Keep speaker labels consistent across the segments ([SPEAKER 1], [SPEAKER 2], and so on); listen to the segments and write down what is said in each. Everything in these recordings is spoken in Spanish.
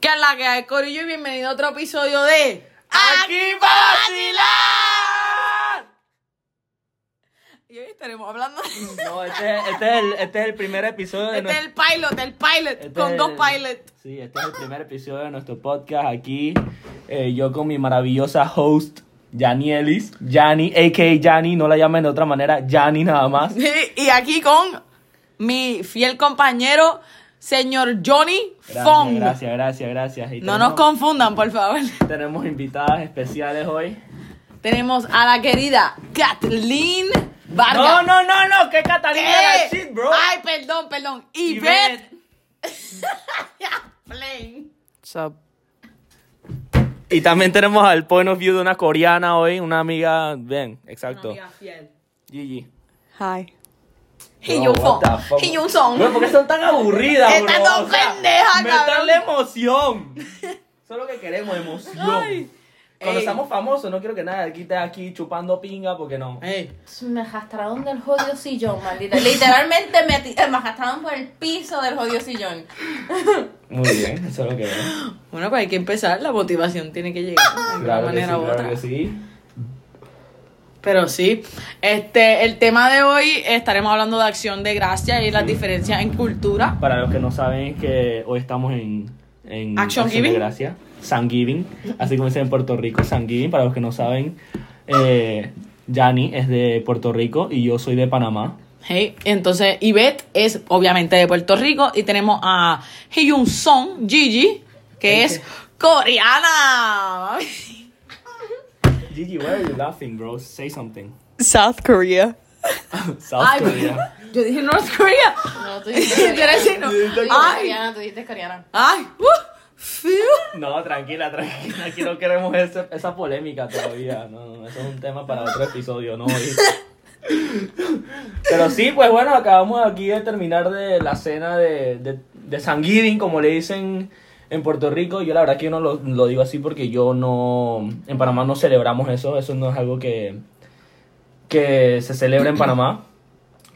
[SPEAKER 1] ¿Qué es la que hay, Corillo? Y bienvenido a otro episodio de...
[SPEAKER 2] vacilar!
[SPEAKER 1] Y hoy estaremos hablando... de-
[SPEAKER 2] No, este, es- este es el, este es el primer episodio de
[SPEAKER 1] Este es
[SPEAKER 2] nuestro...
[SPEAKER 1] el pilot, el pilot,
[SPEAKER 2] este
[SPEAKER 1] con
[SPEAKER 2] es
[SPEAKER 1] dos
[SPEAKER 2] el-
[SPEAKER 1] pilots.
[SPEAKER 2] Sí, este es el primer episodio de nuestro podcast aquí. eh, yo con mi maravillosa host, Yani Ellis. Yani, a.k.a. Yani, no la llamen de otra manera, Yani nada más.
[SPEAKER 1] Y aquí con mi fiel compañero, señor Johnny
[SPEAKER 2] Gracias,
[SPEAKER 1] Fong.
[SPEAKER 2] gracias, gracias, gracias. Y
[SPEAKER 1] No nos
[SPEAKER 2] tenemos-
[SPEAKER 1] confundan, por favor.
[SPEAKER 2] Tenemos invitadas especiales hoy.
[SPEAKER 1] Tenemos a la querida Kathleen Vargas.
[SPEAKER 2] No, no, no, no, que Catalina
[SPEAKER 1] Eh,
[SPEAKER 2] era shit, bro.
[SPEAKER 1] Ay, perdón, perdón. Ivette. Plain.
[SPEAKER 2] Y también tenemos al point of view de una coreana hoy, una amiga, bien, exacto.
[SPEAKER 1] fiel.
[SPEAKER 2] Gigi.
[SPEAKER 3] Hi.
[SPEAKER 1] He Jung Song. He Jung Song.
[SPEAKER 2] Güey, ¿por qué son tan aburridas, bro?
[SPEAKER 1] Estas son
[SPEAKER 2] O sea,
[SPEAKER 1] pendejas,
[SPEAKER 2] métanle
[SPEAKER 1] cabrón.
[SPEAKER 2] emoción. Eso es lo que queremos, emoción.
[SPEAKER 1] Ay.
[SPEAKER 2] Cuando
[SPEAKER 1] Ey.
[SPEAKER 2] estamos famosos, no quiero que nada aquí esté aquí chupando pinga porque no.
[SPEAKER 1] Ey.
[SPEAKER 3] Me arrastraron del jodido sillón, maldita. Literalmente me, ati- eh, me arrastraron por el piso del jodido sillón.
[SPEAKER 2] Muy bien, eso es lo que veo.
[SPEAKER 1] Bueno, pues hay que empezar. La motivación tiene que llegar de alguna
[SPEAKER 2] Claro que sí,
[SPEAKER 1] manera u
[SPEAKER 2] claro
[SPEAKER 1] otra.
[SPEAKER 2] que sí.
[SPEAKER 1] Pero sí, este, el tema de hoy estaremos hablando de acción de gracia y
[SPEAKER 2] Mm.
[SPEAKER 1] las diferencias en cultura.
[SPEAKER 2] Para los que no saben es que hoy estamos en, en
[SPEAKER 1] Action
[SPEAKER 2] de
[SPEAKER 1] Giving.
[SPEAKER 2] Gracia, San Giving, así como dicen en Puerto Rico, San Giving. Para los que no saben, eh, Yani es de Puerto Rico y yo soy de Panamá.
[SPEAKER 1] Hey, entonces Ivette es obviamente de Puerto Rico y tenemos a Hyun Song, Gigi, que es coreana.
[SPEAKER 2] Gigi, why are you laughing, bro? Say something.
[SPEAKER 3] South Korea.
[SPEAKER 2] South
[SPEAKER 1] Ay,
[SPEAKER 2] Korea.
[SPEAKER 1] Yo dije North Korea.
[SPEAKER 3] No, tú
[SPEAKER 1] dijiste coreana. Tú dijiste coreana,
[SPEAKER 3] coreana, tú dijiste coreana.
[SPEAKER 1] Ay, uh, phew.
[SPEAKER 2] No, tranquila, tranquila. Aquí no queremos ese- esa polémica todavía. No, no, eso es un tema para otro episodio, no hoy. Pero sí, pues bueno, acabamos aquí de terminar de la cena de, de, de San Giving, como le dicen en Puerto Rico. Yo la verdad que yo no lo, lo digo así porque yo no... En Panamá no celebramos eso. Eso no es algo que, que se celebra en Panamá.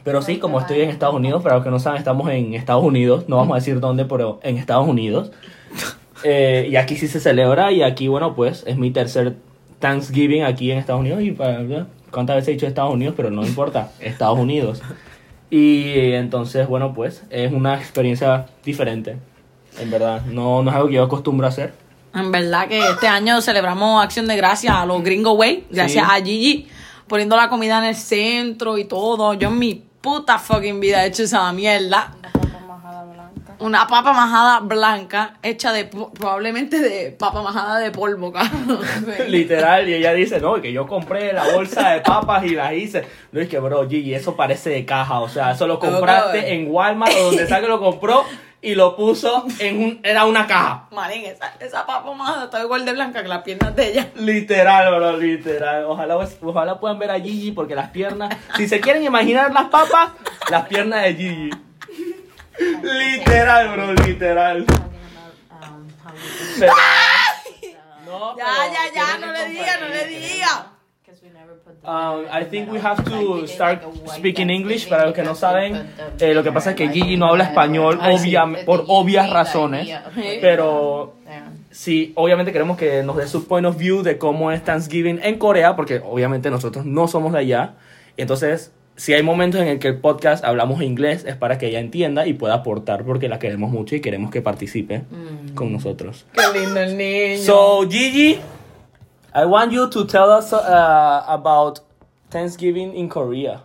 [SPEAKER 2] Pero sí, como estoy en Estados Unidos, para los que no saben, estamos en Estados Unidos. No vamos a decir dónde, pero en Estados Unidos. Eh, y aquí sí se celebra y aquí, bueno, pues es mi tercer Thanksgiving aquí en Estados Unidos. Y para, ¿Cuántas veces he dicho Estados Unidos? Pero no importa, Estados Unidos. Y eh, entonces, bueno, pues es una experiencia diferente, en verdad. No, no es algo que yo acostumbro a hacer.
[SPEAKER 1] En verdad que este año celebramos Acción de Gracias a los Gringo Way, gracias
[SPEAKER 2] Sí.
[SPEAKER 1] a Gigi, poniendo la comida en el centro y todo. Yo en mi puta fucking vida he hecho esa mierda. Una papa majada blanca hecha de po- probablemente de papa majada de polvo, cabrón.
[SPEAKER 2] Literal, y ella dice, no, que yo compré la bolsa de papas y las hice. No, es que, bro, Gigi, eso parece de caja. O sea, eso lo
[SPEAKER 1] Loco,
[SPEAKER 2] compraste en Walmart o donde sea que lo compró y lo puso en un... Era una caja.
[SPEAKER 1] Marín, esa, esa papa majada está igual de blanca que las piernas de ella.
[SPEAKER 2] Literal, bro, literal. Ojalá, ojalá puedan ver a Gigi porque las piernas... Si se quieren imaginar las papas, las piernas de Gigi. Literal, bro, literal. Pero- No,
[SPEAKER 1] Ya,
[SPEAKER 2] pero
[SPEAKER 1] ya, ya,
[SPEAKER 2] tienen
[SPEAKER 1] no
[SPEAKER 2] que
[SPEAKER 1] le diga, no le
[SPEAKER 2] compartir.
[SPEAKER 1] diga.
[SPEAKER 2] Um, I think we have to start speaking English. Para los que no saben, eh, lo que pasa es que Gigi no habla español obvia- por obvias razones. Pero sí, obviamente queremos que nos dé su point of view de cómo es Thanksgiving en Corea, porque obviamente nosotros no somos de allá. Entonces, si hay momentos en el que el podcast hablamos inglés, es para que ella entienda y pueda aportar, porque la queremos mucho y queremos que participe con nosotros.
[SPEAKER 1] Qué lindo el niño.
[SPEAKER 2] So Gigi, I want you to tell us uh, about Thanksgiving in Korea.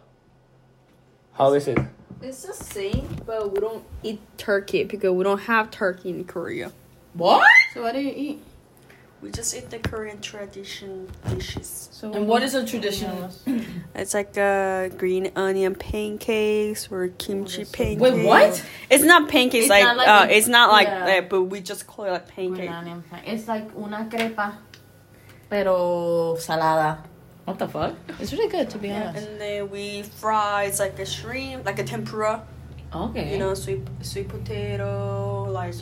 [SPEAKER 2] How is it?
[SPEAKER 4] It's the same, but we don't eat turkey because we don't have turkey in Korea.
[SPEAKER 1] What?
[SPEAKER 3] So what do you eat?
[SPEAKER 4] We just eat the Korean tradition dishes.
[SPEAKER 3] So
[SPEAKER 1] And what is a traditional?
[SPEAKER 4] It's like uh, green onion pancakes or kimchi pancakes.
[SPEAKER 1] Wait, what?
[SPEAKER 4] It's not pancakes.
[SPEAKER 3] It's
[SPEAKER 4] like,
[SPEAKER 3] not like
[SPEAKER 4] uh,
[SPEAKER 3] a-
[SPEAKER 4] it's not like
[SPEAKER 3] yeah.
[SPEAKER 4] that, but we just call it like pancake.
[SPEAKER 3] It's like una crepa, pero salada.
[SPEAKER 1] What the fuck?
[SPEAKER 3] It's really good to be honest.
[SPEAKER 4] And then we fry. It's like a shrimp, like a tempura.
[SPEAKER 1] Okay.
[SPEAKER 4] You know, sweet sweet potato, like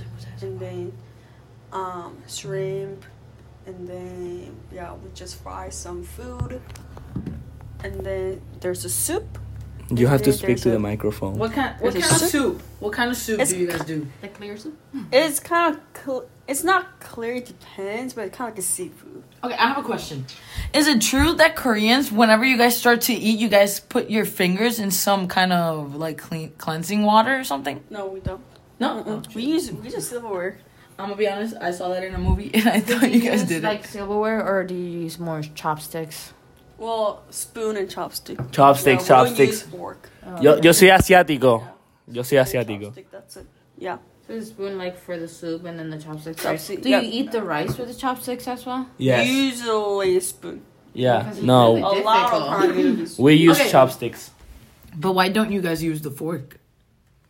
[SPEAKER 4] and then um shrimp, and then yeah, we just fry some food, and then there's a soup.
[SPEAKER 2] You have to
[SPEAKER 4] There's
[SPEAKER 2] speak to the
[SPEAKER 4] a-
[SPEAKER 2] microphone.
[SPEAKER 1] What kind, what
[SPEAKER 4] Is it
[SPEAKER 1] kind of soup? What kind of soup
[SPEAKER 4] It's
[SPEAKER 1] do you guys do?
[SPEAKER 3] The clear soup.
[SPEAKER 4] It's kind of cl- it's not clear. It depends, but it's kind of like a seafood.
[SPEAKER 1] Okay, I have a question. Is it true that Koreans, whenever you guys start to eat, you guys put your fingers in some kind of like clean, cleansing water or something? Oh,
[SPEAKER 4] No, we don't.
[SPEAKER 2] Oh,
[SPEAKER 1] No,
[SPEAKER 4] We use we use silverware.
[SPEAKER 1] I'm gonna be honest. I saw that in a movie and I thought you guys did it.
[SPEAKER 5] like silverware or do you use more chopsticks?
[SPEAKER 4] Well, spoon and chopstick.
[SPEAKER 2] Chopsticks,
[SPEAKER 4] No, we don't
[SPEAKER 2] chopsticks. Oh,
[SPEAKER 4] use fork.
[SPEAKER 5] Oh,
[SPEAKER 2] Yo, yo soy asiático. Yo soy asiático.
[SPEAKER 4] Chopstick, that's it. Yeah.
[SPEAKER 5] So the spoon like for the soup and then the chopsticks.
[SPEAKER 4] Chopstick,
[SPEAKER 5] Do
[SPEAKER 4] yeah.
[SPEAKER 5] you eat the rice with the chopsticks as well?
[SPEAKER 4] Usually a spoon.
[SPEAKER 2] Yeah.
[SPEAKER 5] Because it's
[SPEAKER 4] A
[SPEAKER 2] No.
[SPEAKER 5] really-
[SPEAKER 4] lot of
[SPEAKER 5] Difficult.
[SPEAKER 4] time we use.
[SPEAKER 2] We use
[SPEAKER 1] Okay.
[SPEAKER 2] chopsticks.
[SPEAKER 1] But why don't you guys use the fork?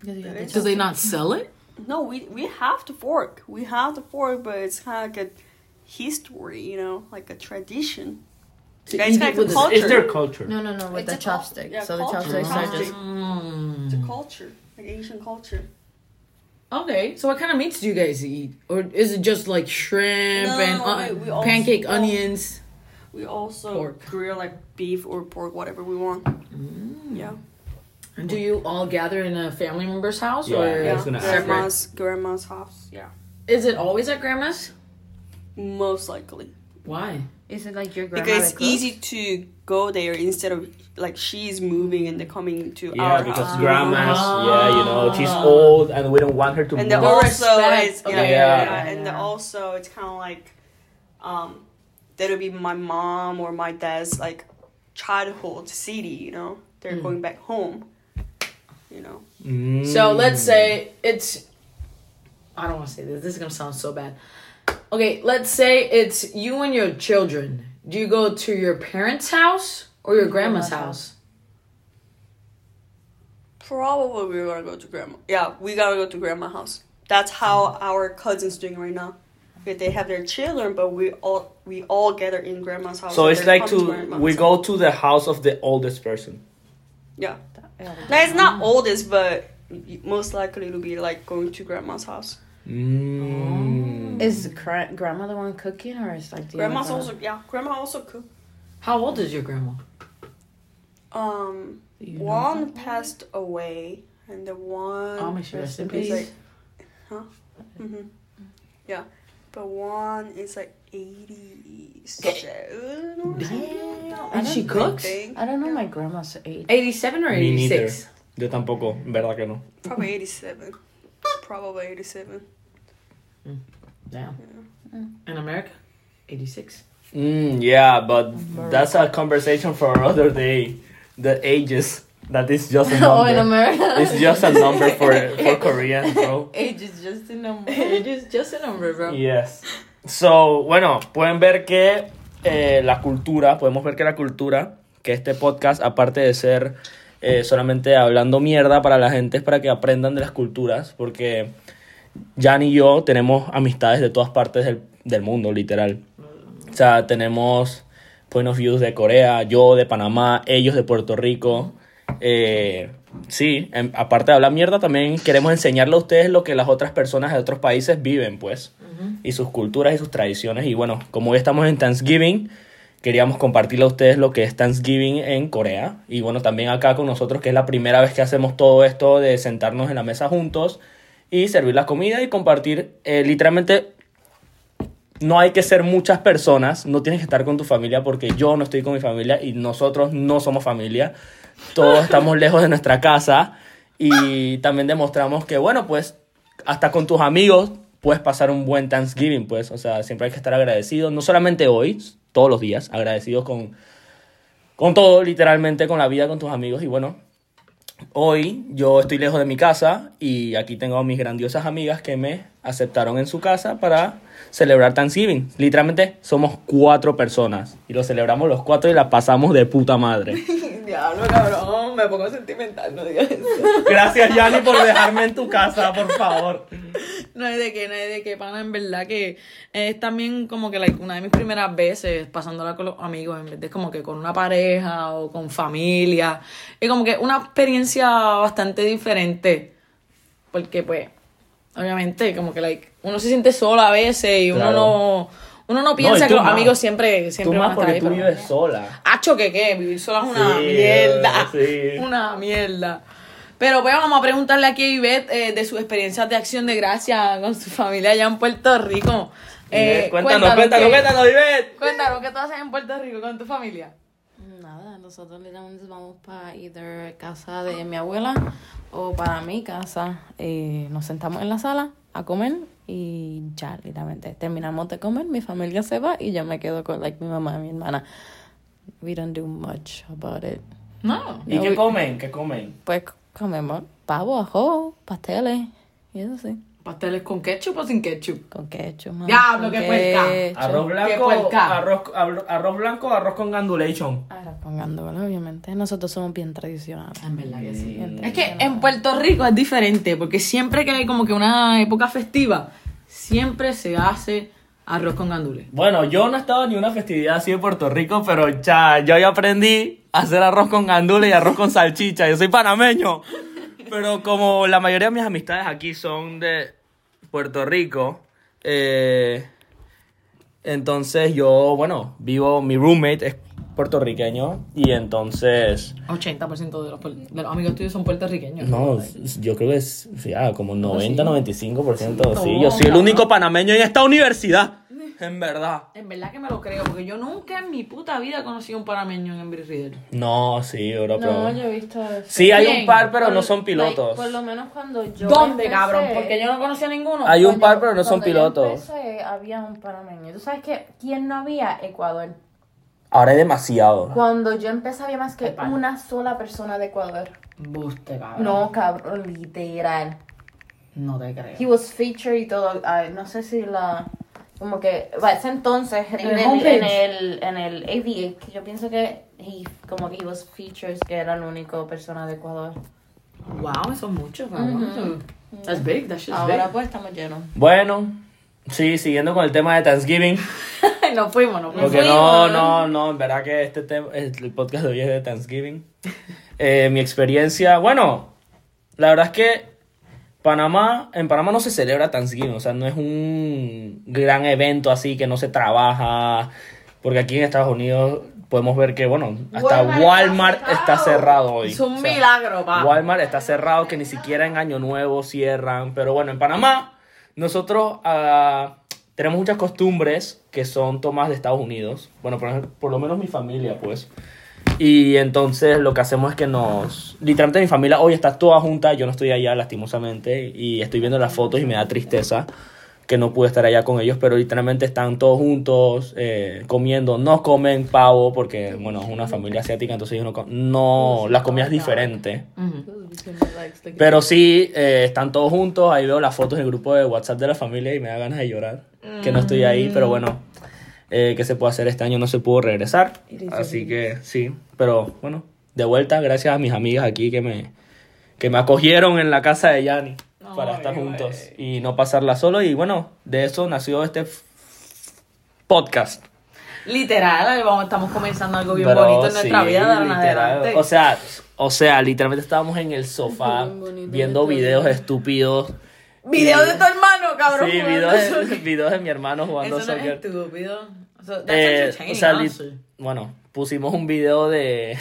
[SPEAKER 1] Do they not sell it?
[SPEAKER 4] No, we we have the fork. We have the fork, but it's kind of like a history, you know, like a tradition.
[SPEAKER 1] To
[SPEAKER 4] Guys,
[SPEAKER 1] eat it
[SPEAKER 4] like
[SPEAKER 1] with
[SPEAKER 4] a
[SPEAKER 1] a-
[SPEAKER 4] culture.
[SPEAKER 2] It's their culture.
[SPEAKER 5] No, no, no, with
[SPEAKER 4] It's
[SPEAKER 5] the
[SPEAKER 4] a cul-
[SPEAKER 5] chopstick.
[SPEAKER 4] yeah,
[SPEAKER 5] so the
[SPEAKER 4] culture.
[SPEAKER 5] chopsticks are just
[SPEAKER 4] Chopstick. It's a culture, like Asian culture.
[SPEAKER 1] Okay, so what kind of meats do you guys eat, or is it just like shrimp
[SPEAKER 4] No,
[SPEAKER 1] and uh,
[SPEAKER 4] we- we also-
[SPEAKER 1] pancake
[SPEAKER 4] no.
[SPEAKER 1] onions?
[SPEAKER 4] We also
[SPEAKER 1] Pork.
[SPEAKER 4] grill like beef or pork, whatever we want.
[SPEAKER 1] Mm.
[SPEAKER 4] Yeah.
[SPEAKER 1] And do you all gather in a family member's house,
[SPEAKER 2] Yeah,
[SPEAKER 1] or
[SPEAKER 2] I
[SPEAKER 4] Yeah.
[SPEAKER 2] was gonna ask that.
[SPEAKER 4] Grandma's grandma's house. Yeah.
[SPEAKER 1] is it always at grandma's?
[SPEAKER 4] Most likely.
[SPEAKER 1] Why?
[SPEAKER 5] Is it like your grandma?
[SPEAKER 4] Because
[SPEAKER 5] that
[SPEAKER 4] it's
[SPEAKER 5] cooks?
[SPEAKER 4] easy to go there instead of like she's moving and they're coming to
[SPEAKER 2] Yeah,
[SPEAKER 4] our
[SPEAKER 2] because
[SPEAKER 4] house.
[SPEAKER 2] grandma's,
[SPEAKER 1] Ah.
[SPEAKER 2] yeah, you know, she's old and we don't want her to
[SPEAKER 4] and
[SPEAKER 2] move.
[SPEAKER 4] the
[SPEAKER 1] No
[SPEAKER 4] also
[SPEAKER 1] respect.
[SPEAKER 4] is yeah,
[SPEAKER 1] Okay.
[SPEAKER 4] yeah,
[SPEAKER 2] Yeah.
[SPEAKER 4] yeah, and the also it's kind of like um that'll be my mom or my dad's like childhood city you know they're going back home you know
[SPEAKER 2] Mm.
[SPEAKER 1] So let's say it's. I don't want to say this. This is gonna sound so bad. Okay, let's say it's you and your children. Do you go to your parents' house or your grandma's house?
[SPEAKER 4] probably we're gonna go to grandma yeah we gotta go to grandma house that's how our cousins doing right now But they have their children but we all we all gather in grandma's house
[SPEAKER 2] So
[SPEAKER 4] and
[SPEAKER 2] it's
[SPEAKER 4] they
[SPEAKER 2] like
[SPEAKER 4] come
[SPEAKER 2] to
[SPEAKER 4] grandma's
[SPEAKER 2] we
[SPEAKER 4] house.
[SPEAKER 2] go to the house of the oldest person.
[SPEAKER 4] yeah now it's not oldest but most likely it'll be like going to grandma's house
[SPEAKER 2] Mm.
[SPEAKER 5] Is gra- grandma the one cooking or is like the other
[SPEAKER 4] grandma's
[SPEAKER 5] one?
[SPEAKER 4] also yeah grandma also cook
[SPEAKER 1] How old is your grandma?
[SPEAKER 4] Um,
[SPEAKER 1] Do you know
[SPEAKER 4] one passed away, and the one.
[SPEAKER 1] I'll make sure rest in
[SPEAKER 4] is
[SPEAKER 1] peace.
[SPEAKER 4] like, huh? hmm Yeah, but one is like eighty-seven. or something like that.
[SPEAKER 1] And
[SPEAKER 4] I
[SPEAKER 1] she
[SPEAKER 4] don't
[SPEAKER 1] cooks?
[SPEAKER 4] think.
[SPEAKER 5] I don't know my grandma's age.
[SPEAKER 1] 87 or
[SPEAKER 2] Me neither.
[SPEAKER 1] 86?
[SPEAKER 2] Yo tampoco, en verdad que no.
[SPEAKER 4] Probably eighty-seven. Probably eighty-seven.
[SPEAKER 1] Damn. In America? 86.
[SPEAKER 2] Mm, yeah, but that's a conversation for another day. The ages. That is just a
[SPEAKER 5] oh, in
[SPEAKER 2] number.
[SPEAKER 5] America.
[SPEAKER 2] it's just a number for for Korean, bro.
[SPEAKER 5] Age is just a number.
[SPEAKER 1] It is just a number, bro.
[SPEAKER 2] Yes. So, bueno, pueden ver que eh, la cultura, podemos ver que la cultura, que este podcast, aparte de ser eh, solamente hablando mierda para la gente, es para que aprendan de las culturas, porque Jan y yo tenemos amistades de todas partes del, del mundo, literal. O sea, tenemos point of views de Corea, yo de Panamá, ellos de Puerto Rico. Eh, sí, em- aparte de hablar mierda, también queremos enseñarle a ustedes lo que las otras personas de otros países viven, pues. Y sus culturas y sus tradiciones. Y bueno, como hoy estamos en Thanksgiving, queríamos compartirle a ustedes lo que es Thanksgiving en Corea. Y bueno, también acá con nosotros, que es la primera vez que hacemos todo esto de sentarnos en la mesa juntos y servir la comida y compartir eh, literalmente no hay que ser muchas personas, no tienes que estar con tu familia porque yo no estoy con mi familia y nosotros no somos familia. Todos estamos lejos de nuestra casa y también demostramos que, bueno, pues hasta con tus amigos puedes pasar un buen Thanksgiving, pues, o sea, siempre hay que estar agradecidos, no solamente hoy, todos los días, agradecidos con, con todo, literalmente, con la vida, con tus amigos y bueno, Hoy yo estoy lejos de mi casa y aquí tengo a mis grandiosas amigas que me aceptaron en su casa para celebrar Thanksgiving. Literalmente somos cuatro personas y lo celebramos los cuatro y la pasamos de puta madre.
[SPEAKER 1] Diablo, cabrón. Me pongo sentimental, no digas eso.
[SPEAKER 2] Gracias, Yanni, por dejarme en tu casa, por favor.
[SPEAKER 1] No es de qué, no es de qué, pana. En verdad que es también como que like, una de mis primeras veces pasándola con los amigos en vez de como que con una pareja o con familia. Y como que una experiencia bastante diferente. Porque pues, obviamente, como que like, uno se siente solo a veces y
[SPEAKER 2] Claro.
[SPEAKER 1] uno no, Uno no piensa que
[SPEAKER 2] y tú
[SPEAKER 1] los
[SPEAKER 2] más.
[SPEAKER 1] amigos siempre,
[SPEAKER 2] Tú
[SPEAKER 1] siempre van a
[SPEAKER 2] más
[SPEAKER 1] estar
[SPEAKER 2] porque
[SPEAKER 1] ahí.
[SPEAKER 2] tú
[SPEAKER 1] pero-
[SPEAKER 2] vives sola.
[SPEAKER 1] Acho que qué, vivir sola es una
[SPEAKER 2] Sí,
[SPEAKER 1] mierda.
[SPEAKER 2] sí.
[SPEAKER 1] Una mierda. Pero pues vamos a preguntarle aquí a Ivette eh, de sus experiencias de acción de gracia con su familia allá en Puerto Rico. Eh,
[SPEAKER 2] Ivette, cuéntanos, cuéntanos,
[SPEAKER 1] qué-
[SPEAKER 2] cuéntanos, Ivette.
[SPEAKER 1] Cuéntanos qué tú haces en Puerto Rico con tu familia.
[SPEAKER 5] Nada, nosotros literalmente vamos para either casa de mi abuela o para mi casa. Eh, nos sentamos en la sala a comer y ya, literalmente. Terminamos de comer, mi familia se va y yo me quedo con like, mi mamá y mi hermana. We don't do much about it.
[SPEAKER 1] No.
[SPEAKER 2] ¿Y
[SPEAKER 5] No,
[SPEAKER 2] qué
[SPEAKER 5] vi-
[SPEAKER 2] comen? ¿Qué comen?
[SPEAKER 5] Pues comemos pavo, ajo, pasteles y eso sí.
[SPEAKER 1] ¿Pasteles con ketchup o sin ketchup?
[SPEAKER 5] Con ketchup, mami.
[SPEAKER 1] Diablo,
[SPEAKER 5] con
[SPEAKER 1] qué puerca.
[SPEAKER 5] ketchup.
[SPEAKER 2] Arroz blanco,
[SPEAKER 1] Qué puerca.
[SPEAKER 2] arroz, arroz, arroz blanco, arroz con gandulation.
[SPEAKER 5] Ahora con gandules, obviamente. Nosotros somos bien tradicionales.
[SPEAKER 1] En verdad que sí.
[SPEAKER 5] Bien
[SPEAKER 1] Es que en Puerto Rico es diferente, porque siempre que hay como que una época festiva, siempre se hace arroz con gandules.
[SPEAKER 2] Bueno, yo no he estado en ni una festividad así de Puerto Rico, pero ya, yo ya aprendí a hacer arroz con gandules y arroz con salchicha. Yo soy panameño. Pero como la mayoría de mis amistades aquí son de Puerto Rico, eh, entonces yo, bueno, vivo, mi roommate es puertorriqueño y entonces...
[SPEAKER 1] 80% de los, puer- de los amigos tuyos son puertorriqueños.
[SPEAKER 2] No, yo creo que es ya, como 90, 95%. Sí, yo soy el único panameño en esta universidad. En verdad.
[SPEAKER 1] En verdad que me lo creo, porque yo nunca en mi puta vida he conocido un panameño en Embry Riddle.
[SPEAKER 2] No, sí, bro, pero...
[SPEAKER 5] No, yo he visto eso.
[SPEAKER 2] Sí, hay
[SPEAKER 1] Bien.
[SPEAKER 2] un par, pero no
[SPEAKER 5] Por-
[SPEAKER 2] son
[SPEAKER 5] like,
[SPEAKER 2] pilotos.
[SPEAKER 5] por lo menos cuando yo.
[SPEAKER 1] ¿Dónde,
[SPEAKER 5] empecé-
[SPEAKER 1] cabrón? Porque yo no conocía ninguno.
[SPEAKER 2] Hay un
[SPEAKER 5] cuando-
[SPEAKER 2] par, pero no son
[SPEAKER 5] cuando yo
[SPEAKER 2] pilotos.
[SPEAKER 5] empecé, había un panameño. ¿Tú sabes que quién no había? Ecuador.
[SPEAKER 2] Ahora es demasiado.
[SPEAKER 5] Cuando yo empecé había más que una sola persona de Ecuador.
[SPEAKER 1] Buste, cabrón.
[SPEAKER 5] No, cabrón, literal.
[SPEAKER 1] No te creo.
[SPEAKER 5] He was featured y todo. Ay, no sé si la. Como que. va, Ese entonces, en,
[SPEAKER 1] el
[SPEAKER 5] el,
[SPEAKER 1] homepage.
[SPEAKER 5] en, el, en el AVA, que yo pienso que. he- como que he was featured, que era la única persona de Ecuador.
[SPEAKER 1] Wow, eso es mucho, cabrón. Eso- That's big, that shit's
[SPEAKER 5] Ahora pues estamos llenos.
[SPEAKER 2] Bueno, sí, siguiendo con el tema de Thanksgiving.
[SPEAKER 1] big. no fuimos, no fuimos.
[SPEAKER 2] Porque no, no, no, en verdad que este tema, el podcast de hoy es de Thanksgiving. Eh, mi experiencia, bueno, la verdad es que Panamá, en Panamá no se celebra Thanksgiving, o sea, no es un gran evento así que no se trabaja, porque aquí en Estados Unidos podemos ver que, bueno, hasta
[SPEAKER 3] Walmart está
[SPEAKER 2] Walmart está
[SPEAKER 3] cerrado.
[SPEAKER 2] cerrado hoy.
[SPEAKER 1] Es un
[SPEAKER 2] O sea,
[SPEAKER 1] milagro, pa.
[SPEAKER 2] Walmart está cerrado, que ni siquiera en Año Nuevo cierran. Pero bueno, en Panamá, nosotros ah, tenemos muchas costumbres que son tomadas de Estados Unidos. Bueno, por, ejemplo, por lo menos mi familia, pues. Y entonces lo que hacemos es que nos... Literalmente mi familia hoy está toda junta, yo no estoy allá lastimosamente y estoy viendo las fotos y me da tristeza que no pude estar allá con ellos, pero literalmente están todos juntos eh, comiendo, no comen pavo porque, bueno, es una familia asiática, entonces ellos no... com- No, la comida es diferente.
[SPEAKER 1] Ujú.
[SPEAKER 2] Pero sí, eh, están todos juntos. Ahí veo las fotos del grupo de WhatsApp de la familia y me da ganas de llorar. Que no estoy ahí, pero bueno, eh, ¿qué se puede hacer? Este año no se pudo regresar. Así que sí, pero bueno, de vuelta, gracias a mis amigas aquí que me, que me acogieron en la casa de Yanni para
[SPEAKER 1] Ay,
[SPEAKER 2] estar
[SPEAKER 1] güey.
[SPEAKER 2] juntos y no pasarla solo. Y bueno, de eso nació este f- podcast.
[SPEAKER 1] Literal, vamos, estamos comenzando algo bien
[SPEAKER 2] Pero
[SPEAKER 1] bonito en nuestra
[SPEAKER 2] sí,
[SPEAKER 1] vida de ahora en
[SPEAKER 2] literal.
[SPEAKER 1] adelante.
[SPEAKER 2] O sea, o sea, literalmente estábamos en el sofá viendo videos estúpidos.
[SPEAKER 1] Video de tu hermano, cabrón.
[SPEAKER 2] Sí,
[SPEAKER 1] jugando
[SPEAKER 2] videos
[SPEAKER 1] soccer.
[SPEAKER 2] de, videos de mi hermano jugando
[SPEAKER 1] Eso no es
[SPEAKER 2] soccer.
[SPEAKER 1] estúpido. So, that's
[SPEAKER 2] Eh,
[SPEAKER 1] entertaining,
[SPEAKER 2] o sea, li-
[SPEAKER 1] honestly.
[SPEAKER 2] bueno, pusimos un video de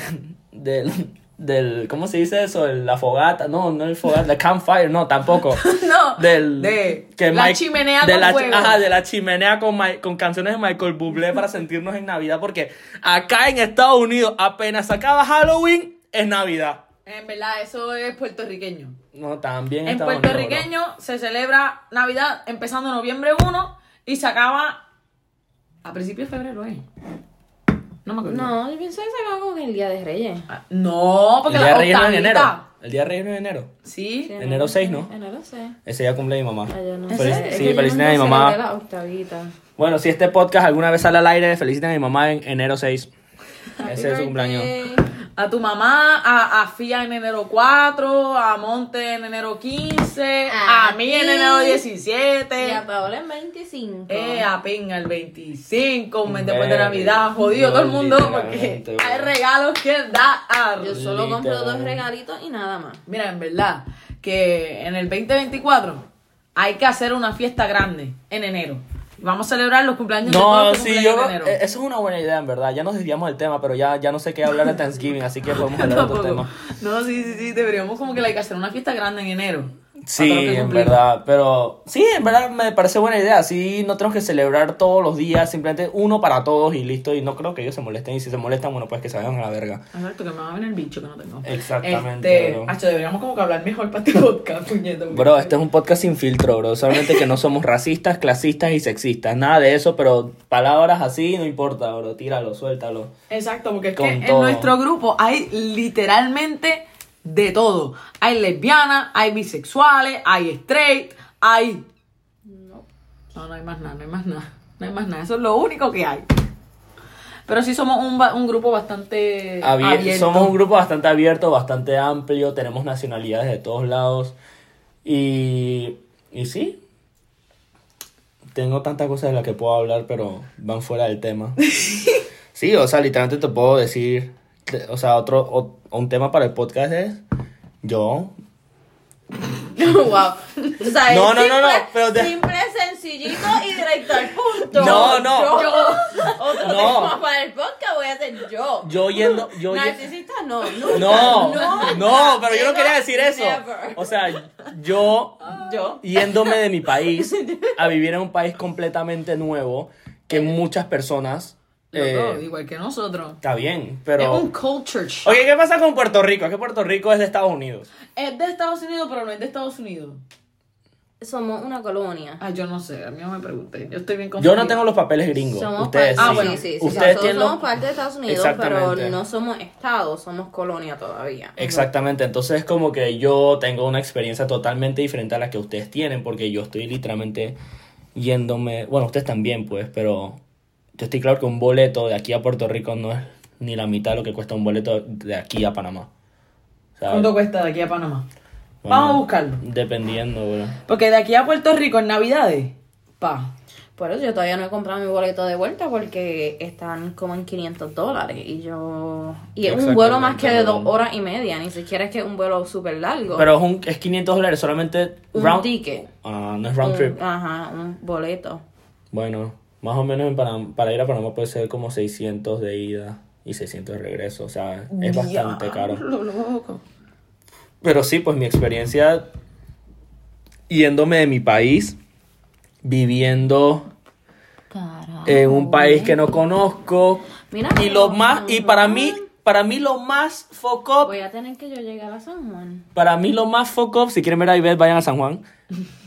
[SPEAKER 2] del del ¿cómo se dice eso? El- La fogata, no, no el fogata, la campfire, no, tampoco.
[SPEAKER 1] No,
[SPEAKER 2] Del
[SPEAKER 1] de la chimenea
[SPEAKER 2] de
[SPEAKER 1] con
[SPEAKER 2] la, chi-
[SPEAKER 1] fuego.
[SPEAKER 2] Ajá, de la chimenea con Mi- con canciones de Michael Bublé para sentirnos en Navidad porque acá en Estados Unidos apenas acaba Halloween es Navidad.
[SPEAKER 1] En verdad, eso es puertorriqueño.
[SPEAKER 2] No,
[SPEAKER 1] En
[SPEAKER 2] también Estados Unidos, bro.
[SPEAKER 1] puertorriqueño se celebra Navidad empezando noviembre 1 y se acaba a principios de febrero, ¿eh? No me acuerdo.
[SPEAKER 5] No, yo pienso que se acaba con el Día de Reyes.
[SPEAKER 1] Ah, no, porque
[SPEAKER 2] El día de
[SPEAKER 1] la
[SPEAKER 2] Reyes no es en
[SPEAKER 1] octavita.
[SPEAKER 2] enero. El día de Reyes no es en enero.
[SPEAKER 1] Sí.
[SPEAKER 2] Enero 6, ¿no?
[SPEAKER 5] Enero 6.
[SPEAKER 2] Ese ya cumple mi mamá.
[SPEAKER 5] Ay, yo Ah, no
[SPEAKER 2] Felici-
[SPEAKER 5] sé. Es que
[SPEAKER 2] sí,
[SPEAKER 5] yo no
[SPEAKER 2] feliciten a
[SPEAKER 5] me
[SPEAKER 2] mi
[SPEAKER 5] sé
[SPEAKER 2] mamá.
[SPEAKER 5] de la octavita.
[SPEAKER 2] Bueno, si este podcast alguna vez sale al aire, feliciten a mi mamá en enero 6. Ese es su cumpleaños.
[SPEAKER 1] A tu mamá, a, a Fia en enero 4, a Monte en enero 15, a,
[SPEAKER 5] A
[SPEAKER 1] mí
[SPEAKER 5] ti.
[SPEAKER 1] en enero
[SPEAKER 3] Eh,
[SPEAKER 5] Y
[SPEAKER 1] 17.
[SPEAKER 5] a Paola en 25.
[SPEAKER 1] Eh, a pinga el 25, un mes después de
[SPEAKER 2] Verga.
[SPEAKER 1] Navidad, jodido todo el mundo porque
[SPEAKER 2] Literalmente, bro.
[SPEAKER 1] hay regalos que dar.
[SPEAKER 5] Yo solo compro dos
[SPEAKER 2] Literal.
[SPEAKER 5] regalitos y nada más.
[SPEAKER 1] Mira, en verdad, que en el 2024 hay que hacer una fiesta grande en enero. Vamos a celebrar los cumpleaños de todos
[SPEAKER 2] No,
[SPEAKER 1] los
[SPEAKER 2] sí,
[SPEAKER 1] cumpleaños
[SPEAKER 2] yo.
[SPEAKER 1] de enero.
[SPEAKER 2] eh, Eso es una buena idea, en verdad. Ya nos desviamos del tema, pero ya, ya no sé qué hablar de Thanksgiving, así que podemos hablar de otro
[SPEAKER 1] Tampoco.
[SPEAKER 2] tema.
[SPEAKER 1] No, sí, sí, sí, deberíamos como que like, hacer una fiesta grande en enero.
[SPEAKER 2] Sí,
[SPEAKER 1] Para lo que
[SPEAKER 2] en
[SPEAKER 1] cumplimos.
[SPEAKER 2] verdad, pero sí, en verdad me parece buena idea. Así no tenemos que celebrar todos los días, simplemente uno para todos y listo. Y no creo que ellos se molesten. Y si se molestan, bueno, pues que se vayan a la verga.
[SPEAKER 1] Alberto, que me va a venir el bicho que no tengo.
[SPEAKER 2] Exactamente,
[SPEAKER 1] Este,
[SPEAKER 2] bro.
[SPEAKER 1] hacho, deberíamos como que hablar mejor para este podcast, puñeta. porque-
[SPEAKER 2] Bro, este es un podcast sin filtro, bro. Solamente que no somos racistas, clasistas y sexistas. Nada de eso, pero palabras así no importa, bro. Tíralo, suéltalo.
[SPEAKER 1] Exacto, porque es
[SPEAKER 2] Con
[SPEAKER 1] que
[SPEAKER 2] todo.
[SPEAKER 1] en nuestro grupo hay literalmente de todo. Hay lesbianas, hay bisexuales, hay straight, hay... No, no hay más nada, no hay más nada. No hay más nada, eso es lo único que hay. Pero sí somos un, ba- un grupo bastante
[SPEAKER 2] Abier-
[SPEAKER 1] abierto.
[SPEAKER 2] Somos un grupo bastante abierto, bastante amplio, tenemos nacionalidades de todos lados. Y, y sí, tengo tantas cosas de las que puedo hablar, pero van fuera del tema. sí, o sea, literalmente te puedo decir, te- o sea, otro, o- un tema para el podcast es yo.
[SPEAKER 3] wow. Tú sabes,
[SPEAKER 2] No, no, no, no,
[SPEAKER 3] simple-
[SPEAKER 2] pero de-
[SPEAKER 3] Simple, sencillito y directo al punto.
[SPEAKER 2] No, no.
[SPEAKER 3] Yo, otro
[SPEAKER 2] No.
[SPEAKER 3] tema para el podcast voy a hacer yo.
[SPEAKER 2] Yo yendo, yo ye-
[SPEAKER 3] Narcisista no, nunca,
[SPEAKER 2] No,
[SPEAKER 3] nunca,
[SPEAKER 2] no, pero yo no quería decir
[SPEAKER 3] never.
[SPEAKER 2] eso. O sea, yo
[SPEAKER 3] Yo.
[SPEAKER 2] yéndome de mi país a vivir en un país completamente nuevo que muchas personas
[SPEAKER 1] Loco,
[SPEAKER 2] eh,
[SPEAKER 1] igual que nosotros.
[SPEAKER 2] está bien,
[SPEAKER 1] Es un
[SPEAKER 2] pero
[SPEAKER 1] culture shock.
[SPEAKER 2] Oye, ¿qué pasa con Puerto Rico? Es que Puerto Rico es de Estados Unidos.
[SPEAKER 1] Es de Estados Unidos, pero no es de Estados Unidos.
[SPEAKER 5] Somos una colonia.
[SPEAKER 1] Ah, yo no sé, a mí no me pregunté. Yo estoy bien confundida.
[SPEAKER 2] Yo no tengo los papeles gringos.
[SPEAKER 5] Somos
[SPEAKER 2] Ustedes
[SPEAKER 5] parte,
[SPEAKER 1] Ah,
[SPEAKER 2] sí.
[SPEAKER 1] bueno,
[SPEAKER 5] sí, sí, sí.
[SPEAKER 2] Ustedes
[SPEAKER 5] Nosotros
[SPEAKER 2] tienen los-
[SPEAKER 5] somos parte de Estados Unidos, pero
[SPEAKER 2] Exactamente.
[SPEAKER 5] no somos Estado, somos colonia todavía.
[SPEAKER 2] Exactamente, entonces como que yo tengo una experiencia totalmente diferente a la que ustedes tienen, porque yo estoy literalmente yéndome, bueno, ustedes también pues, pero yo estoy claro que un boleto de aquí a Puerto Rico no es ni la mitad de lo que cuesta un boleto de aquí a Panamá. O sea,
[SPEAKER 1] ¿Cuánto cuesta de aquí a Panamá?
[SPEAKER 2] bueno,
[SPEAKER 1] Vamos a buscarlo.
[SPEAKER 2] Dependiendo, bro.
[SPEAKER 1] Porque de aquí a Puerto Rico en Navidades, pa.
[SPEAKER 5] Por eso yo todavía no he comprado mi boleto de vuelta porque están como en 500 dólares y yo... Y es un vuelo más que de dos
[SPEAKER 2] Exactamente.
[SPEAKER 5] horas y media, ni siquiera es que es un vuelo súper largo.
[SPEAKER 2] Pero es, un- es 500 dólares solamente
[SPEAKER 5] un
[SPEAKER 2] round...
[SPEAKER 5] ticket.
[SPEAKER 2] Ah, no es round trip.
[SPEAKER 5] Un-
[SPEAKER 1] Mm.
[SPEAKER 5] ajá, un boleto.
[SPEAKER 2] Bueno, más o menos en Panam- para ir a Panamá puede ser como 600 de ida y 600 de regreso, o sea, es bastante caro.
[SPEAKER 1] Lo loco.
[SPEAKER 2] Pero sí, pues mi experiencia yéndome de mi país, viviendo
[SPEAKER 6] Eh,
[SPEAKER 2] en un país que no conozco.
[SPEAKER 5] Mira,
[SPEAKER 2] y lo más, y para mí, para mí lo más fuck up,
[SPEAKER 5] Voy a tener que yo llegar a San Juan.
[SPEAKER 2] para mí lo más fuck up, si quieren ver a Ivette, vayan a San Juan.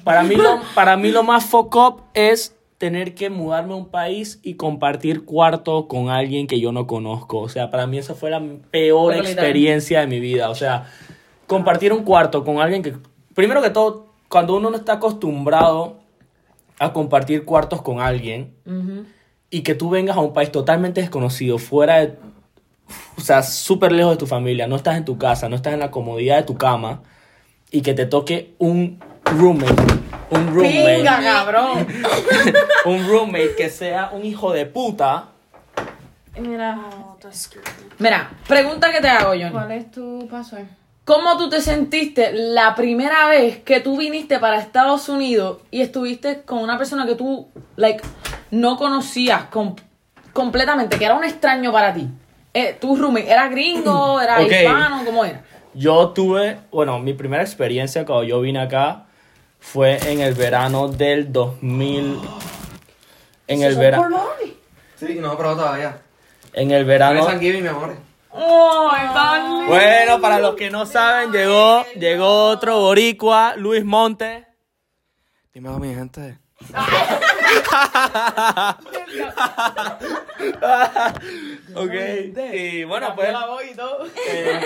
[SPEAKER 2] Para mí lo, para mí lo más fuck up es tener que mudarme a un país y compartir cuarto con alguien que yo no conozco. O sea, para mí esa fue la peor
[SPEAKER 1] Pero literal.
[SPEAKER 2] experiencia de mi vida. O sea, compartir un cuarto con alguien que, primero que todo, cuando uno no está acostumbrado a compartir cuartos con alguien y que tú vengas a un país totalmente desconocido, fuera de, o sea, súper lejos de tu familia, no estás en tu casa, no estás en la comodidad de tu cama y que te toque un roommate, un roommate,
[SPEAKER 1] Venga, cabrón.
[SPEAKER 2] un roommate que sea un hijo de puta.
[SPEAKER 5] Mira,
[SPEAKER 4] Oh, that's scary.
[SPEAKER 1] Mira, pregunta que te hago, Johnny.
[SPEAKER 5] ¿cuál es tu paso?
[SPEAKER 1] ¿Cómo tú te sentiste la primera vez que tú viniste para Estados Unidos y estuviste con una persona que tú, like, no conocías com- completamente, que era un extraño para ti? Eh, ¿Tu roommate era gringo, era
[SPEAKER 2] Ok.
[SPEAKER 1] hispano, cómo era?
[SPEAKER 2] Yo tuve, bueno, mi primera experiencia cuando yo vine acá fue en el verano del 2000. En el verano.
[SPEAKER 6] Sí, no he probado todavía.
[SPEAKER 2] En el
[SPEAKER 6] No
[SPEAKER 2] verano.
[SPEAKER 6] es Giving, mi amor.
[SPEAKER 1] ¡Oh, Dani!
[SPEAKER 2] Bueno, para los que no saben, llegó, llegó otro boricua, Luis Monte.
[SPEAKER 6] Dime, mi gente.
[SPEAKER 2] Ok. Y bueno, pues. eh,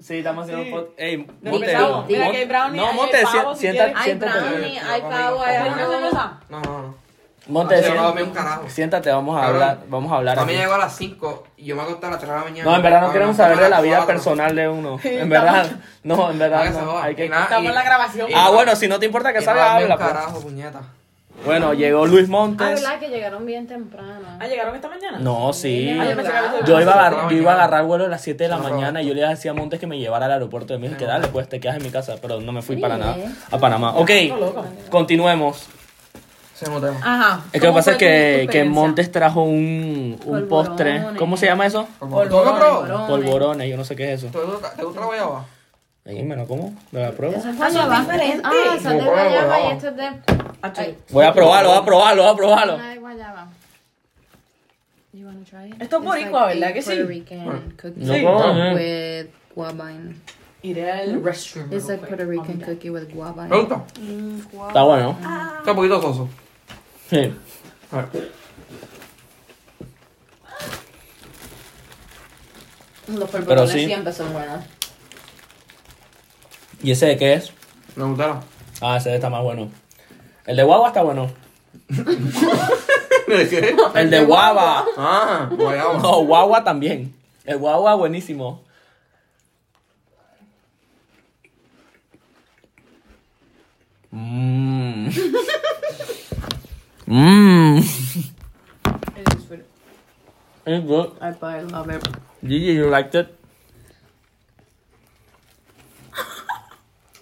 [SPEAKER 2] sí, estamos haciendo un podcast. Ey, Monte.
[SPEAKER 1] bravo.
[SPEAKER 2] Mon-
[SPEAKER 1] Mira que hay brownie,
[SPEAKER 2] no,
[SPEAKER 1] hay
[SPEAKER 2] Monte, si-
[SPEAKER 1] pavo, si
[SPEAKER 2] siéntate.
[SPEAKER 1] quieres.
[SPEAKER 5] Hay
[SPEAKER 2] siéntate.
[SPEAKER 5] brownie, hay
[SPEAKER 6] Yo
[SPEAKER 5] pavo,
[SPEAKER 6] conmigo.
[SPEAKER 5] hay
[SPEAKER 1] ¿Una
[SPEAKER 5] arroz.
[SPEAKER 1] cerveza?
[SPEAKER 6] No, no, no.
[SPEAKER 2] Monte,
[SPEAKER 6] Ah, sí, no,
[SPEAKER 2] sien-
[SPEAKER 6] ve un carajo.
[SPEAKER 2] siéntate, vamos a
[SPEAKER 6] Cabrón.
[SPEAKER 2] hablar. Vamos a hablar.
[SPEAKER 6] A mí
[SPEAKER 2] aquí.
[SPEAKER 6] llegó a las 5 y yo me acosté a las 3 de la mañana. Ah,
[SPEAKER 2] No, en verdad no
[SPEAKER 6] Ahora,
[SPEAKER 2] queremos
[SPEAKER 6] son
[SPEAKER 2] saber de la
[SPEAKER 6] las
[SPEAKER 2] vida
[SPEAKER 6] cuatro.
[SPEAKER 2] personal de uno. En verdad, no, en verdad
[SPEAKER 6] Hágase
[SPEAKER 2] no.
[SPEAKER 6] joda.
[SPEAKER 2] Hay que...
[SPEAKER 6] Y nada,
[SPEAKER 1] Estamos
[SPEAKER 6] y-
[SPEAKER 1] en la grabación.
[SPEAKER 6] y
[SPEAKER 2] Ah,
[SPEAKER 6] no-
[SPEAKER 2] bueno, si no te importa que
[SPEAKER 6] y
[SPEAKER 2] salga,
[SPEAKER 6] no ve un
[SPEAKER 2] habla. pues.
[SPEAKER 6] carajo, puñeta.
[SPEAKER 2] Bueno, llegó Luis
[SPEAKER 5] Ah,
[SPEAKER 2] Montes.
[SPEAKER 5] ¿verdad? Que llegaron bien temprano.
[SPEAKER 1] ¿Ah, llegaron esta mañana?
[SPEAKER 2] No, sí.
[SPEAKER 1] Ah, yo pensé que había sido-
[SPEAKER 2] Yo iba, a agarrar,
[SPEAKER 6] Claro,
[SPEAKER 2] yo iba a
[SPEAKER 6] mañana.
[SPEAKER 2] agarrar vuelo a las 7 de la
[SPEAKER 6] No,
[SPEAKER 2] mañana y yo le decía a Montes que me llevara al aeropuerto. Y me dijo que dale, pues te quedas en mi casa. Pero no me fui para nada a Panamá. Ok, continuemos.
[SPEAKER 6] Sí, Se notaba.
[SPEAKER 1] Ajá.
[SPEAKER 2] Es que lo que pasa es
[SPEAKER 1] ¿Cómo fue tu
[SPEAKER 2] que, que
[SPEAKER 1] experiencia?
[SPEAKER 2] Montes trajo un, un postre. ¿Cómo se llama eso?
[SPEAKER 6] ¿Tú lo probó?
[SPEAKER 2] Polvorones, yo no sé qué es eso.
[SPEAKER 6] ¿Te gusta- te gusta la guayaba?
[SPEAKER 2] Ay, me lo como, me la pruebo.
[SPEAKER 5] Ah, son diferentes. Ah, son de
[SPEAKER 6] Como huevo,
[SPEAKER 5] guayaba
[SPEAKER 6] ¿no?
[SPEAKER 5] y esto es de... Ay,
[SPEAKER 2] Voy a probarlo, voy a probarlo, voy a probarlo.
[SPEAKER 5] una de guayaba. You wanna try it?
[SPEAKER 1] Esto es
[SPEAKER 5] It's
[SPEAKER 1] boricua,
[SPEAKER 5] like
[SPEAKER 1] ¿verdad
[SPEAKER 5] a
[SPEAKER 1] que sí?
[SPEAKER 5] Puerto Rican cookie
[SPEAKER 2] No, Ah, ajá.
[SPEAKER 5] with guavine.
[SPEAKER 1] Iré al restroom.
[SPEAKER 5] It's
[SPEAKER 1] real
[SPEAKER 5] like
[SPEAKER 1] quick.
[SPEAKER 5] Puerto Rican cookie with guava.
[SPEAKER 6] ¿Te gusta?
[SPEAKER 2] Está bueno.
[SPEAKER 6] Está un poquito soso.
[SPEAKER 2] Sí.
[SPEAKER 6] A ver.
[SPEAKER 5] Los
[SPEAKER 2] Pero sí.
[SPEAKER 5] siempre son buenos.
[SPEAKER 2] ¿Y ese de qué es?
[SPEAKER 6] Me gustaron.
[SPEAKER 2] Ah, ese está más bueno. El de guava está bueno.
[SPEAKER 6] ¿De qué?
[SPEAKER 2] El de guava.
[SPEAKER 6] Ah, guayaba.
[SPEAKER 2] No, guagua también. El guagua buenísimo. Mmm. Mmm. It's good.
[SPEAKER 5] I probably love it.
[SPEAKER 2] Gigi, you liked it?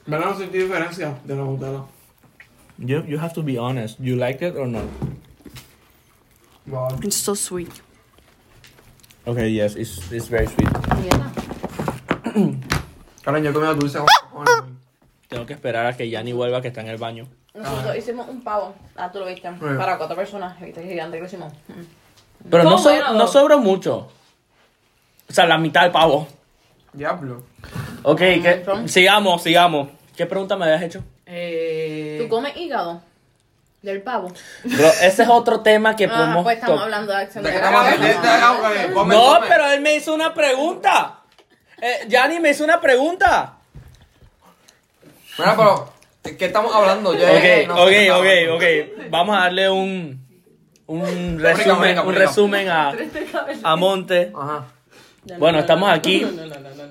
[SPEAKER 6] ¿Verdad? No sentí diferencia de la Nutella.
[SPEAKER 2] You, you have to be honest. You liked it or not?
[SPEAKER 6] Wow.
[SPEAKER 4] It's so sweet.
[SPEAKER 2] Okay, yes, it's, it's very sweet.
[SPEAKER 6] Karen, yo he comido dulce con cojones.
[SPEAKER 2] Tengo que esperar a que Yanni vuelva que está en el baño.
[SPEAKER 5] Nosotros hicimos un pavo. Ah, tú lo viste. Para cuatro personas. Viste que gigante que lo hicimos.
[SPEAKER 2] Pero no,
[SPEAKER 1] Todo
[SPEAKER 2] so-
[SPEAKER 1] bueno.
[SPEAKER 2] no sobró mucho. O sea, la mitad del pavo.
[SPEAKER 6] Diablo.
[SPEAKER 2] Ok, que- sigamos, sigamos. ¿Qué pregunta me habías hecho?
[SPEAKER 1] Eh,
[SPEAKER 5] ¿Tú comes hígado? Del pavo.
[SPEAKER 2] Pero ese es otro tema que
[SPEAKER 5] Ah,
[SPEAKER 2] podemos...
[SPEAKER 5] pues estamos
[SPEAKER 2] to-
[SPEAKER 5] hablando de acción
[SPEAKER 6] ¿De
[SPEAKER 5] de
[SPEAKER 6] qué estamos hablando?
[SPEAKER 5] gracias.
[SPEAKER 6] Este, ah, ok, come,
[SPEAKER 2] No,
[SPEAKER 6] come.
[SPEAKER 2] pero él me hizo una pregunta. Eh, Yanni me hizo una pregunta.
[SPEAKER 6] Mira, pero. ¿De qué estamos hablando? Yo
[SPEAKER 2] Ok,
[SPEAKER 6] Eh, no sé
[SPEAKER 2] ok,
[SPEAKER 6] qué estamos
[SPEAKER 2] ok,
[SPEAKER 6] hablando.
[SPEAKER 2] ok. Vamos a darle un... Un resumen,
[SPEAKER 6] brica,
[SPEAKER 2] un
[SPEAKER 6] brica.
[SPEAKER 2] resumen a, a Monte.
[SPEAKER 6] Ajá.
[SPEAKER 2] Bueno, estamos aquí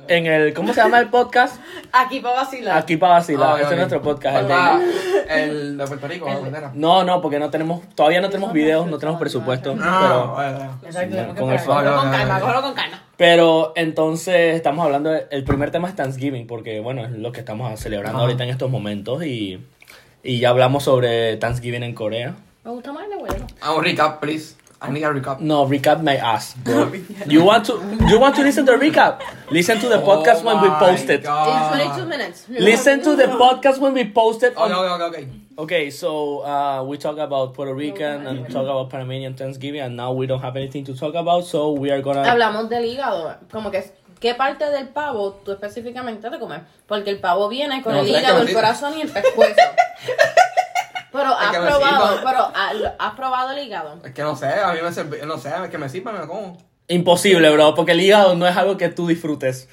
[SPEAKER 2] en el... ¿Cómo se llama el podcast?
[SPEAKER 1] Aquí para vacilar.
[SPEAKER 2] Aquí para vacilar.
[SPEAKER 6] Ah, ok,
[SPEAKER 2] Este
[SPEAKER 6] ok.
[SPEAKER 2] es nuestro podcast. el de-
[SPEAKER 6] Ah, el de Puerto Rico, la bandera.
[SPEAKER 2] No, no, porque no tenemos, todavía no tenemos videos, no tenemos presupuesto.
[SPEAKER 6] Ah,
[SPEAKER 2] Pero,
[SPEAKER 6] vale, vale.
[SPEAKER 2] bueno, con el fa-
[SPEAKER 6] Vale,
[SPEAKER 1] Con
[SPEAKER 6] vale,
[SPEAKER 1] calma,
[SPEAKER 6] vale.
[SPEAKER 1] cógelo con calma.
[SPEAKER 2] pero entonces estamos hablando, de- el primer tema es Thanksgiving, porque bueno, es lo que estamos celebrando
[SPEAKER 6] Ajá.
[SPEAKER 2] ahorita en estos momentos y, y ya hablamos sobre Thanksgiving en Corea.
[SPEAKER 5] Me gusta más el de huevo.
[SPEAKER 6] Ah, un recap, please. I need a recap.
[SPEAKER 2] No, recap my ass, bro. You want to, you want to listen to recap? Listen to the podcast when we
[SPEAKER 6] Oh my
[SPEAKER 2] post it.
[SPEAKER 6] God.
[SPEAKER 5] It's 22 minutes.
[SPEAKER 2] Listen to the podcast when we post it on
[SPEAKER 6] Ok, ok, ok, ok.
[SPEAKER 2] Okay, so uh, we talk about Puerto Rican and talk about Panamanian Thanksgiving, and now we don't have anything to talk about, so we are gonna.
[SPEAKER 5] Hablamos del hígado. Como que, ¿qué parte del pavo tú específicamente te comes? Porque el pavo viene con
[SPEAKER 6] No,
[SPEAKER 5] el
[SPEAKER 6] espera,
[SPEAKER 5] hígado, el
[SPEAKER 6] que-
[SPEAKER 5] corazón y el pescuezo. Pero has
[SPEAKER 6] que me
[SPEAKER 5] probado,
[SPEAKER 6] sirva.
[SPEAKER 5] pero ah, lo- has probado el hígado.
[SPEAKER 6] Es que no sé, a mí me sirve, no sé, es que me sirve, me lo como.
[SPEAKER 2] Imposible, bro, porque el hígado no es algo que tú disfrutes.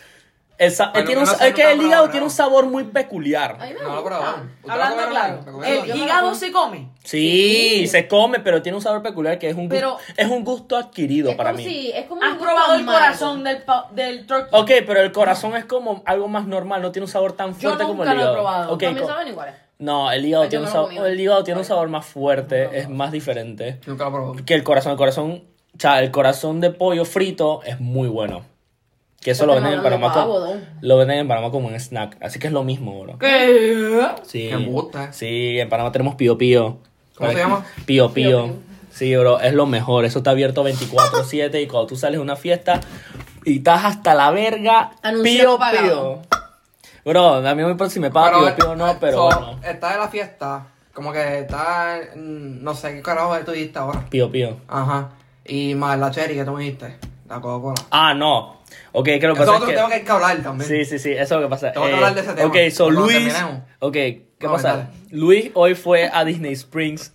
[SPEAKER 2] El sa-
[SPEAKER 6] Bueno,
[SPEAKER 2] tiene un-
[SPEAKER 6] no
[SPEAKER 2] es
[SPEAKER 6] sé,
[SPEAKER 2] que
[SPEAKER 6] nunca
[SPEAKER 2] el
[SPEAKER 6] lo he
[SPEAKER 2] hígado
[SPEAKER 6] probado.
[SPEAKER 2] tiene un sabor muy peculiar.
[SPEAKER 5] Ay, me
[SPEAKER 6] No lo he
[SPEAKER 5] gusta.
[SPEAKER 6] probado. ¿Usted lo
[SPEAKER 1] Hablando
[SPEAKER 6] come,
[SPEAKER 1] claro.
[SPEAKER 6] Blanca? ¿Come,
[SPEAKER 1] El
[SPEAKER 6] Blanca?
[SPEAKER 1] hígado se come.
[SPEAKER 2] Sí, se come, pero tiene un sabor peculiar que es un gu-
[SPEAKER 1] Pero-
[SPEAKER 2] es un gusto adquirido
[SPEAKER 5] Es
[SPEAKER 2] para
[SPEAKER 5] como
[SPEAKER 2] mí.
[SPEAKER 5] si- es como
[SPEAKER 1] ¿Has
[SPEAKER 5] un
[SPEAKER 1] probado el
[SPEAKER 5] amargo.
[SPEAKER 1] corazón del, pa- del turkey?
[SPEAKER 2] Ok, pero el corazón es como algo más normal, no tiene un sabor tan
[SPEAKER 1] Yo
[SPEAKER 2] fuerte como el
[SPEAKER 1] nunca lo he
[SPEAKER 2] hígado.
[SPEAKER 1] probado.
[SPEAKER 2] Ok,
[SPEAKER 5] Para mí
[SPEAKER 2] co-
[SPEAKER 5] saben iguales.
[SPEAKER 2] no, el hígado
[SPEAKER 5] Ay, yo
[SPEAKER 2] tiene
[SPEAKER 5] me
[SPEAKER 2] un
[SPEAKER 5] lo he
[SPEAKER 2] sabor,
[SPEAKER 5] comido.
[SPEAKER 2] el hígado tiene un sabor más fuerte, es más diferente.
[SPEAKER 6] Nunca lo he probado.
[SPEAKER 2] que el corazón, el corazón, o sea, el corazón de pollo frito es muy bueno. Que eso lo
[SPEAKER 5] Estamos
[SPEAKER 2] venden en
[SPEAKER 5] hablando
[SPEAKER 2] Panamá
[SPEAKER 5] de
[SPEAKER 2] como,
[SPEAKER 5] pavo,
[SPEAKER 2] lo venden en Panamá como un snack, así que es lo mismo, bro.
[SPEAKER 1] ¿Qué?
[SPEAKER 2] Sí.
[SPEAKER 6] Qué puta.
[SPEAKER 2] Sí, en Panamá tenemos pío pío.
[SPEAKER 6] ¿Cómo se llama?
[SPEAKER 2] Pío pío. Sí, bro, es lo mejor. Eso está abierto 24/7 y cuando tú sales a una fiesta y estás hasta la verga,
[SPEAKER 5] Anuncio
[SPEAKER 2] pío
[SPEAKER 5] pagado.
[SPEAKER 2] pío. Bro, a mí me importa si me paga pío pío o no, pero
[SPEAKER 6] eh, so,
[SPEAKER 2] bueno.
[SPEAKER 6] Está de la fiesta, como que está, mm, no sé qué carajo de tu dijiste ahora.
[SPEAKER 2] Pío pío.
[SPEAKER 6] Ajá. Y más la cherry que tú me dijiste, la Coca-Cola.
[SPEAKER 2] Ah, no. Ok, que lo que
[SPEAKER 6] Eso es
[SPEAKER 2] pasa
[SPEAKER 6] otro
[SPEAKER 2] es que...
[SPEAKER 6] tema que hay que hablar también.
[SPEAKER 2] Sí, sí, sí, eso es lo que pasa. Eh,
[SPEAKER 6] Tengo que hablar de ese tema.
[SPEAKER 2] Ok, so
[SPEAKER 6] Cuando
[SPEAKER 2] Luis.
[SPEAKER 6] terminemos.
[SPEAKER 2] Ok, ¿qué
[SPEAKER 6] No,
[SPEAKER 2] pasa?
[SPEAKER 6] dale.
[SPEAKER 2] Luis hoy fue a Disney Springs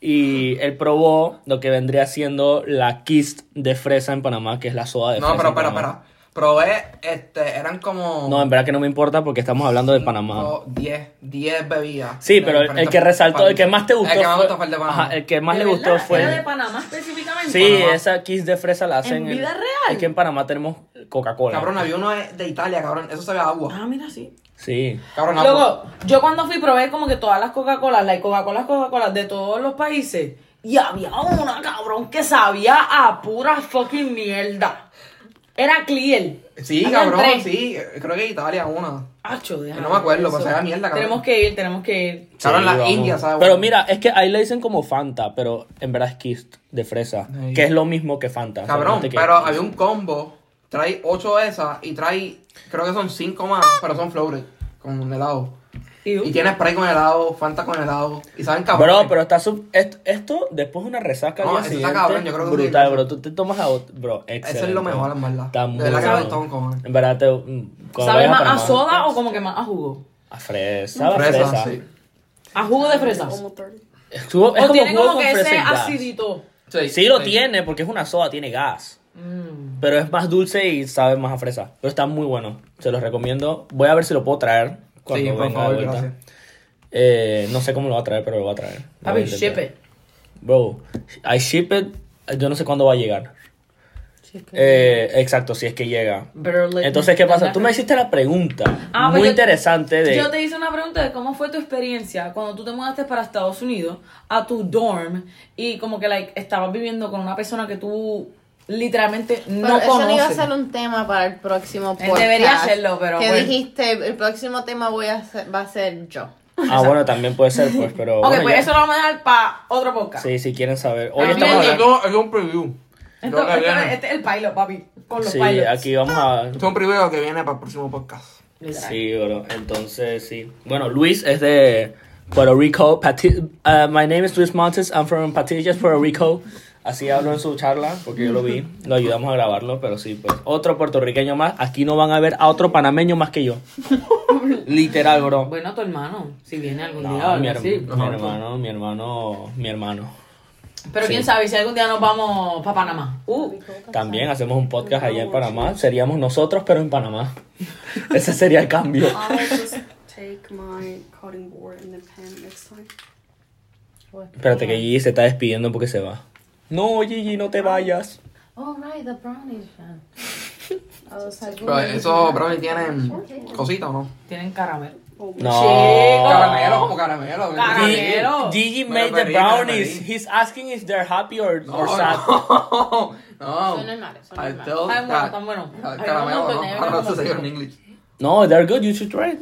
[SPEAKER 2] y él probó lo que vendría siendo la Kiss de fresa en Panamá, que es la soda de
[SPEAKER 6] No,
[SPEAKER 2] fresa.
[SPEAKER 6] pero
[SPEAKER 2] en
[SPEAKER 6] espera,
[SPEAKER 2] Panamá.
[SPEAKER 6] espera. Probé, este, eran como...
[SPEAKER 2] No, en verdad que no me importa porque estamos hablando de Panamá.
[SPEAKER 6] como 10, 10 bebidas.
[SPEAKER 2] Sí,
[SPEAKER 6] de
[SPEAKER 2] pero el, el
[SPEAKER 6] diferentes
[SPEAKER 2] que resaltó, el que más te
[SPEAKER 6] países.
[SPEAKER 2] gustó.
[SPEAKER 6] El que más me
[SPEAKER 2] fue-
[SPEAKER 6] gustó fue el de Panamá.
[SPEAKER 2] Ajá, el que más
[SPEAKER 1] ¿De
[SPEAKER 2] le gustó
[SPEAKER 1] verdad?
[SPEAKER 2] fue.
[SPEAKER 1] ¿Era de Panamá específicamente?
[SPEAKER 2] Sí,
[SPEAKER 6] Panamá.
[SPEAKER 2] esa Kiss de fresa la hacen.
[SPEAKER 1] vida
[SPEAKER 2] Es
[SPEAKER 1] real?
[SPEAKER 2] que en Panamá tenemos Coca-Cola.
[SPEAKER 6] Cabrón, había uno de, de Italia, cabrón. Eso sabía a agua.
[SPEAKER 1] Ah, mira, sí.
[SPEAKER 2] Sí.
[SPEAKER 6] Cabrón, agua.
[SPEAKER 1] Luego, yo cuando fui probé como que todas las Coca-Colas, las Coca-Colas, Coca-Colas de todos los países. Y había una, cabrón, que sabía a pura fucking mierda. Era Clear.
[SPEAKER 6] Sí,
[SPEAKER 1] Habían
[SPEAKER 6] cabrón,
[SPEAKER 1] tres.
[SPEAKER 6] sí. eh, Creo que Italia una.
[SPEAKER 1] Acho, déjame
[SPEAKER 6] No me acuerdo,
[SPEAKER 1] ver
[SPEAKER 6] pero
[SPEAKER 1] eso.
[SPEAKER 6] se da mierda, cabrón.
[SPEAKER 1] Tenemos que ir, tenemos que ir.
[SPEAKER 6] Cabrón,
[SPEAKER 2] Sí,
[SPEAKER 6] la
[SPEAKER 2] vamos.
[SPEAKER 6] India, ¿sabes?
[SPEAKER 2] Pero
[SPEAKER 6] Bueno,
[SPEAKER 2] mira, es que ahí le dicen como Fanta, pero en verdad es Kist de fresa,
[SPEAKER 6] Sí.
[SPEAKER 2] que es lo mismo que Fanta.
[SPEAKER 6] Cabrón,
[SPEAKER 2] solamente que-
[SPEAKER 6] pero había un combo. Trae 8 de esas y trae, creo que son 5 más, pero son floated con helado.
[SPEAKER 1] ¿Y tú?
[SPEAKER 6] Y tiene spray con helado, Fanta con helado. Y saben cabrón.
[SPEAKER 2] Bro, pero está sub... est- esto después de una resaca al
[SPEAKER 6] No,
[SPEAKER 2] día
[SPEAKER 6] eso está
[SPEAKER 2] siguiente,
[SPEAKER 6] cabrón, yo creo que sí.
[SPEAKER 2] brutal, bro. Tú te tomas a otro, bro.
[SPEAKER 6] Eso es lo
[SPEAKER 2] excelente.
[SPEAKER 6] mejor, en verdad.
[SPEAKER 2] Está muy
[SPEAKER 6] de verdad que
[SPEAKER 2] bueno.
[SPEAKER 6] me gustó un cojón.
[SPEAKER 2] En verdad te mm, cuando
[SPEAKER 1] ¿Sabe
[SPEAKER 2] vayas
[SPEAKER 1] más a
[SPEAKER 2] Panamá-
[SPEAKER 1] soda Mm. o como que más a jugo?
[SPEAKER 2] A fresa, sabe a
[SPEAKER 6] Fresa,
[SPEAKER 2] fresa.
[SPEAKER 6] sí.
[SPEAKER 1] A jugo de fresas.
[SPEAKER 4] Almost 30.
[SPEAKER 2] Estuvo- es
[SPEAKER 1] O tiene
[SPEAKER 2] jugo
[SPEAKER 1] como
[SPEAKER 2] con
[SPEAKER 1] que
[SPEAKER 2] fresa
[SPEAKER 1] ese
[SPEAKER 2] y gas.
[SPEAKER 1] acidito.
[SPEAKER 2] Sí lo tiene, porque es una soda, tiene gas.
[SPEAKER 1] Mm.
[SPEAKER 2] Pero es más dulce y sabe más a fresa. Pero está muy bueno. Se los recomiendo. Voy a ver si lo puedo traer cuando
[SPEAKER 6] Sí, por
[SPEAKER 2] venga de
[SPEAKER 6] favor,
[SPEAKER 2] vuelta.
[SPEAKER 6] gracias.
[SPEAKER 2] Eh, no sé cómo lo va a traer, pero lo va a traer. Lo voy
[SPEAKER 1] Papi,
[SPEAKER 2] a intentar.
[SPEAKER 1] ship it.
[SPEAKER 2] Bro, I ship it. Yo no sé cuándo va a llegar. Eh, exacto, si es que llega.
[SPEAKER 1] Better late
[SPEAKER 2] Entonces, ¿qué
[SPEAKER 1] than
[SPEAKER 2] pasa?
[SPEAKER 1] never.
[SPEAKER 2] Tú me hiciste la pregunta
[SPEAKER 1] Ah,
[SPEAKER 2] muy
[SPEAKER 1] pues yo-
[SPEAKER 2] interesante de...
[SPEAKER 1] Yo te hice una pregunta de cómo fue tu experiencia cuando tú te mudaste para Estados Unidos a tu dorm y como que like estabas viviendo con una persona que tú literalmente
[SPEAKER 3] Pero
[SPEAKER 1] no
[SPEAKER 3] eso no iba a
[SPEAKER 1] conoces.
[SPEAKER 3] ser un tema para el próximo
[SPEAKER 1] Eh,
[SPEAKER 3] podcast.
[SPEAKER 1] debería serlo, pero
[SPEAKER 3] Que
[SPEAKER 1] bueno.
[SPEAKER 3] dijiste, el próximo tema voy a ser- va a ser yo.
[SPEAKER 2] Ah, bueno, también puede ser, pues, pero...
[SPEAKER 1] ok,
[SPEAKER 2] bueno,
[SPEAKER 1] pues
[SPEAKER 2] ya.
[SPEAKER 1] eso lo vamos a dejar para otro podcast.
[SPEAKER 2] Sí, si quieren saber.
[SPEAKER 1] Ah,
[SPEAKER 2] Hoy
[SPEAKER 1] bien,
[SPEAKER 2] estamos
[SPEAKER 1] bien.
[SPEAKER 2] hablando...
[SPEAKER 6] Esto es un preview.
[SPEAKER 1] Esto-
[SPEAKER 6] Lo que
[SPEAKER 1] esto-
[SPEAKER 6] viene.
[SPEAKER 1] este es el pilot, papi, con los
[SPEAKER 2] Sí,
[SPEAKER 1] pilots.
[SPEAKER 2] aquí vamos a...
[SPEAKER 6] Esto es un preview de lo que viene para el próximo podcast.
[SPEAKER 1] Literal.
[SPEAKER 2] Sí, bro. Entonces, sí. Bueno, Luis es de Puerto Rico. Pati- uh, my name is Luis Montes. I'm from Patillas, Puerto Rico. Así habló en su charla, porque yo lo vi. Lo ayudamos a grabarlo, pero sí, pues. Otro puertorriqueño más. Aquí no van a ver a otro panameño más que yo. Literal, bro.
[SPEAKER 1] Bueno, tu hermano, si viene algún
[SPEAKER 2] No,
[SPEAKER 1] día,
[SPEAKER 2] Ah, mi,
[SPEAKER 1] algo
[SPEAKER 2] her-
[SPEAKER 1] así.
[SPEAKER 2] mi hermano, mi hermano, mi hermano.
[SPEAKER 1] Pero quién
[SPEAKER 2] Sí.
[SPEAKER 1] sabe si algún día nos vamos para Panamá. Uh,
[SPEAKER 2] También hacemos un podcast allá en Panamá. Seríamos nosotros, pero en Panamá. Ese sería el cambio.
[SPEAKER 4] I'll just take my cutting board and the pen next time.
[SPEAKER 2] Espérate que Gigi se está despidiendo porque se va. No, Gigi, no te vayas.
[SPEAKER 3] Oh, right, the brownies fan. I was like,
[SPEAKER 6] Pero eso, brownie, tienen cositas, ¿o no?
[SPEAKER 1] tienen caramelo.
[SPEAKER 4] Oh,
[SPEAKER 2] No.
[SPEAKER 6] Caramelo, como caramelo. ¿verdad?
[SPEAKER 1] Caramelo. Caramelo.
[SPEAKER 2] Gigi
[SPEAKER 6] Bueno,
[SPEAKER 2] made the
[SPEAKER 6] perdí,
[SPEAKER 2] brownies.
[SPEAKER 6] perdí.
[SPEAKER 2] He's asking if they're happy or,
[SPEAKER 6] No,
[SPEAKER 2] or sad.
[SPEAKER 6] no. No.
[SPEAKER 3] Son normales, son
[SPEAKER 6] I
[SPEAKER 3] normales.
[SPEAKER 6] told
[SPEAKER 1] Ay, bueno,
[SPEAKER 6] ca-
[SPEAKER 1] tan bueno.
[SPEAKER 6] ca-
[SPEAKER 1] Ay,
[SPEAKER 6] Ah, Caramelo,
[SPEAKER 1] vamos a
[SPEAKER 6] no.
[SPEAKER 1] poner-
[SPEAKER 6] Ahora
[SPEAKER 1] vamos a
[SPEAKER 6] se
[SPEAKER 1] poner-
[SPEAKER 6] en inglés.
[SPEAKER 2] No, they're good. You should try it.